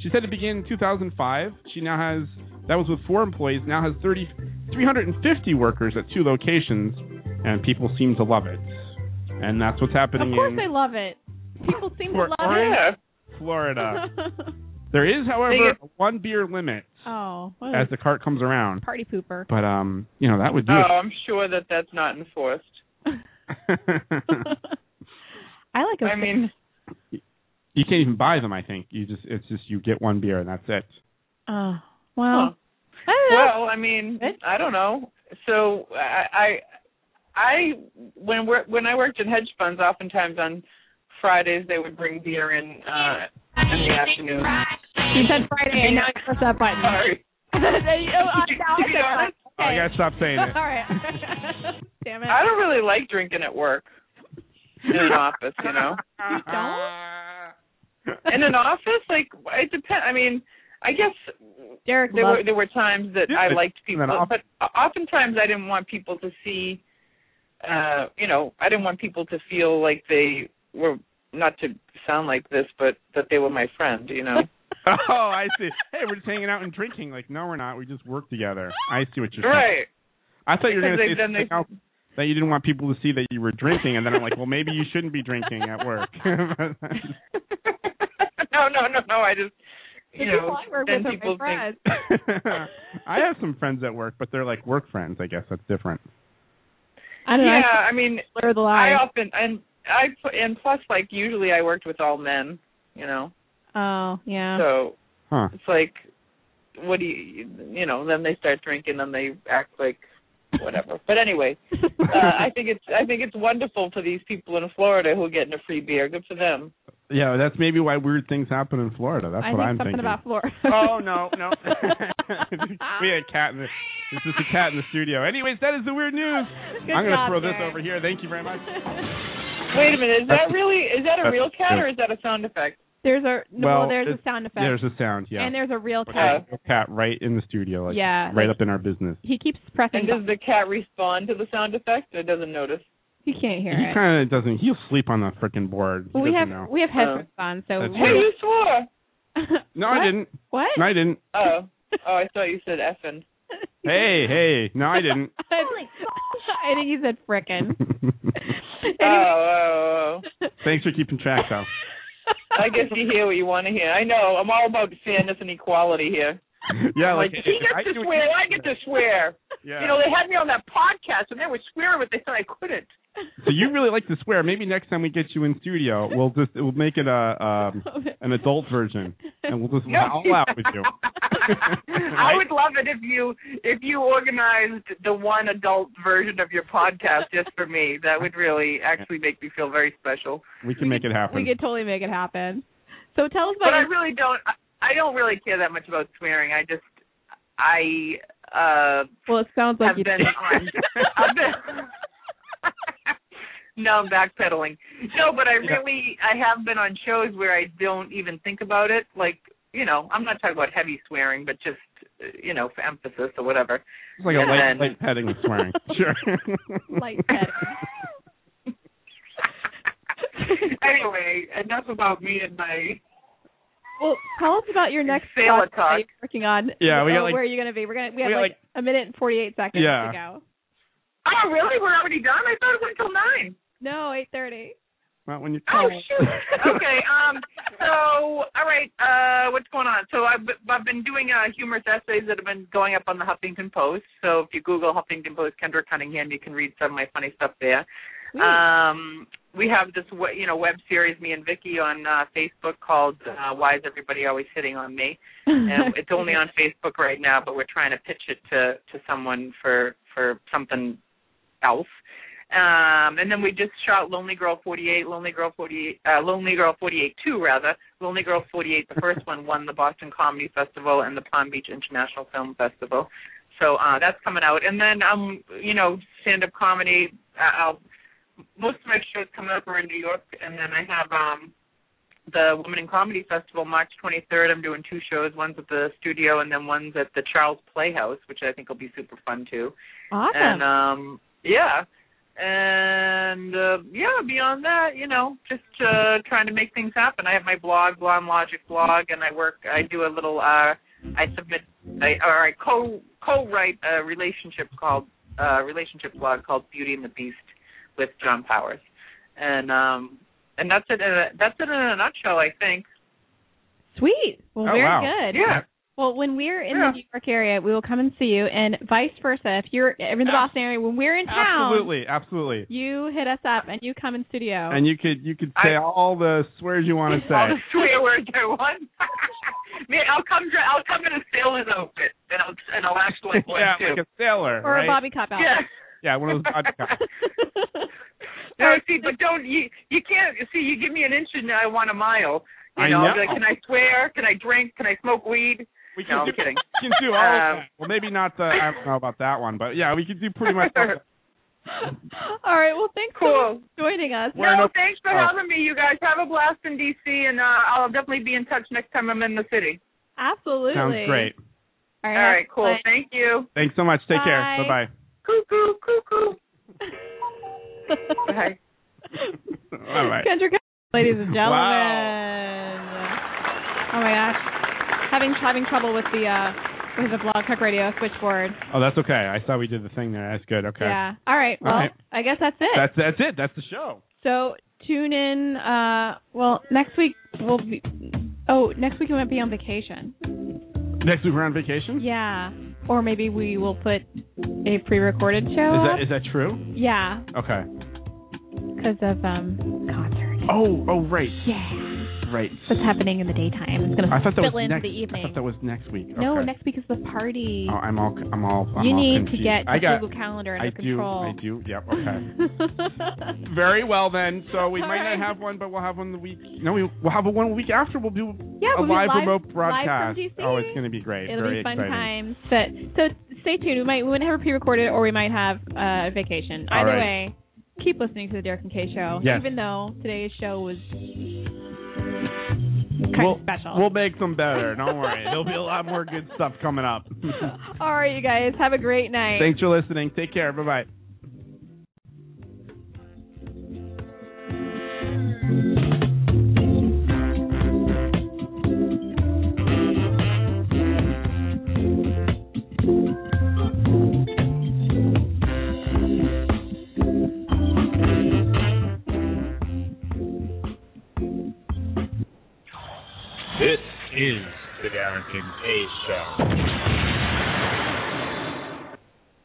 She said it began in 2005. She now has that was with four employees. Now has 30, 350 workers at two locations, and people seem to love it. And that's what's happening Of course, in I love it. People seem to Or- love orange. it. Yeah. Florida. There is, however, They a one beer limit. Oh, what as a the cart comes around. party pooper. But um, you know that would Oh, do it. I'm sure that that's not enforced. Oh. I like. I mean, you can't even buy them. I think you just it's just you get one beer and that's it. Oh, wow. well, I mean, I don't know. So I, I, I when we when I worked at hedge funds, oftentimes on Fridays they would bring beer in uh in the afternoon. You said Friday, and now you press that button. Sorry. Oh, I- now I said honest, Oh, I gotta stop saying All it. right. Damn it. I don't really like drinking at work in an office, you know. You don't? In an office, like it depends. I mean, I guess Derek there were loves- there were times that Yeah, I it's liked in people, an office. but oftentimes I didn't want people to see. Uh, you know, I didn't want people to feel like they were not to sound like this, but that they were my friend. You know, oh, I see. Hey, we're just hanging out and drinking. Like, no, we're not. We just work together. I see what you're saying. right? I thought you were going Because to say they've done something their- else that you didn't want people to see that you were drinking, and then I'm like, well, maybe you shouldn't be drinking at work. no, no, no, no. I just you The know, people I work then with are my people think. friends. I have some friends at work, but they're like work friends. I guess that's different. I don't know. yeah, I mean, Blur the I line. often and I pl- and plus like usually I worked with all men, you know. Oh, yeah. So Huh. it's like, what do you you know? Then they start drinking and they act like whatever. But anyway, uh, I think it's I think it's wonderful for these people in Florida who are getting a free beer. Good for them. Yeah, that's maybe why weird things happen in Florida. That's I what think I'm something thinking. about Florida. Oh no, no. we had a cat in the this is a cat in the studio. Anyways, that is the weird news. Good I'm gonna job, throw this Derek. over here. Thank you very much. Wait a minute, is That's- that really is that a that's real cat good. or is that a sound effect? There's a no. Well, there's it's- a sound effect. There's a sound, yeah. And there's a real But cat. there's a cat right in the studio, like Yeah, right like- up in our business. He keeps pressing. And does the cat respond to the sound effect or doesn't notice? he can't hear He it. kind of doesn't. He'll sleep on the freaking board. He Well, we have doesn't know. we have Oh. headphones on, so That's Hey, you swore. What? No, I didn't. what? No, I didn't. Oh, oh, I thought you said effing. Hey, hey. No, I didn't. I think he said frickin'. Oh, oh, oh. Thanks for keeping track, though. I guess you hear what you want to hear. I know. I'm all about fairness and equality here. Yeah, Like, like, he I gets to do- swear, I get to swear. Yeah. You know, they had me on that podcast and they were swearing, but they said I couldn't. so you really like to swear. Maybe next time we get you in studio, we'll just we'll make it a um, an adult version, and we'll just No. all out with you. I would love it if you if you organized the one adult version of your podcast just for me. That would really actually make me feel very special. We can make it we happen. could totally make it happen. So tell us But I about. really don't. I- I don't really care that much about swearing. I just I uh well, it sounds like have you. been on. I've been. no, I'm backpedaling. No, but I Yeah. really I have been on shows where I don't even think about it. Like you know, I'm not talking about heavy swearing, but just uh, you know for emphasis or whatever. It's like a light, And- light petting of swearing. Sure. Light petting. anyway, enough about me and my. Well, tell us about your next Fail project attack. that you're working on. Yeah, we got, Oh, like- where are you going to be? We're gonna we have we got, like, a minute and forty eight seconds Yeah. to go. Oh really? We're already done? I thought it went till nine. No, eight thirty. Not when you Oh shoot. okay. Um. So, all right. Uh, what's going on? So I've b- I've been doing uh, humorous essays that have been going up on the Huffington Post. So if you Google Huffington Post Kendra Cunningham, you can read some of my funny stuff there. Um, we have this we- you know web series me and Vicky on uh, Facebook called uh, Why Is Everybody Always Hitting on Me? and it's only on Facebook right now, but we're trying to pitch it to to someone for for something else. Um, and then we just shot Lonely Girl 48, Lonely Girl 48, uh, Lonely Girl 48 2 rather. Lonely Girl 48, the first one won the Boston Comedy Festival and the Palm Beach International Film Festival. So uh, that's coming out. And then um, you know, stand up comedy. Uh, I'll, most of my shows coming up are in New York, and then I have um the Women in Comedy Festival March 23rd. I'm doing two shows. One's at the studio, and then one's at the Charles Playhouse, which I think will be super fun too. Awesome. And um, yeah, and uh, yeah. Beyond that, you know, just uh, trying to make things happen. I have my blog, Blonde Logic blog, and I work. I do a little. Uh, I submit. I, or I co co-write a relationship called uh, relationship blog called Beauty and the Beast with John Powers, and um, and uh, that's it. In a, that's it in a nutshell, I think. Sweet. Well, Oh, very wow. good. Yeah. Well, when we're in Yeah. the New York area, we will come and see you, and vice versa. If you're in the Boston area, when we're in town, Absolutely, absolutely. you hit us up and you come in studio. And you could you could say all the swears you want to All the say. swear words I want. Man, I'll come. dr- I'll come in a sailor's outfit, and I'll and I'll act like one yeah, too. like a sailor. or right? a Bobby Cop outfit. yeah. Yeah, one of those Bobby Cops. No, see, but don't you? You can't see. You give me an inch, and I want a mile. You I know, I'll know. be like, can I swear? Can I drink? Can I smoke weed? We no, can do, I'm kidding. we can do all of um, that. Well, maybe not the. I don't know about that one, but yeah, we could do pretty much. all that. All right. Well, thanks cool. for joining us. We're in No, a- thanks for oh. having me, you guys. Have a blast in D.C., and uh, I'll definitely be in touch next time I'm in the city. Absolutely. Sounds great. All All right. right, cool. Bye. Thank you. Thanks so much. Take care. Bye. Bye Cuckoo, cuckoo. Bye. bye. All right. Kendra, ladies and gentlemen. Oh my gosh, having having trouble with the uh with the Blog Talk Radio switchboard. Oh, that's okay. I saw we did the thing there. That's good. Okay. Yeah. All right. Well, All right. I guess that's it. That's that's it. That's the show. so tune in. uh Well, next week we'll be. Oh, next week we might be on vacation. Next week we're on vacation. Yeah. Or maybe we will put a pre-recorded show. Is up. that is that true? yeah, Okay. because of um concert. Oh oh right Yeah. right. That's happening in the daytime. It's gonna I thought that spill was into next. the evening. I thought that was next week. No, Okay. next week is the party. Oh, I'm all I'm all. I'm you all need to confused. get I your got. Google Calendar under I control. do. I do. Yep. Okay. Very well then. So we All might right. not have one, but we'll have one the week. No, we, we'll have a one week after. We'll do yeah, a we'll be live, live remote broadcast. Live from DC. Oh, it's going to be great. It'll Very be fun exciting. times. But so stay tuned. We might we might have a pre-recorded or we might have uh, a vacation. All Either right. way, keep listening to the Derek and Kay show. Yes. Even though today's show was kind We'll, of special. we'll make them better. Don't worry. There'll be a lot more good stuff coming up. All right, you guys have a great night. Thanks for listening. Take care. Bye bye. This is the Darrington K Show.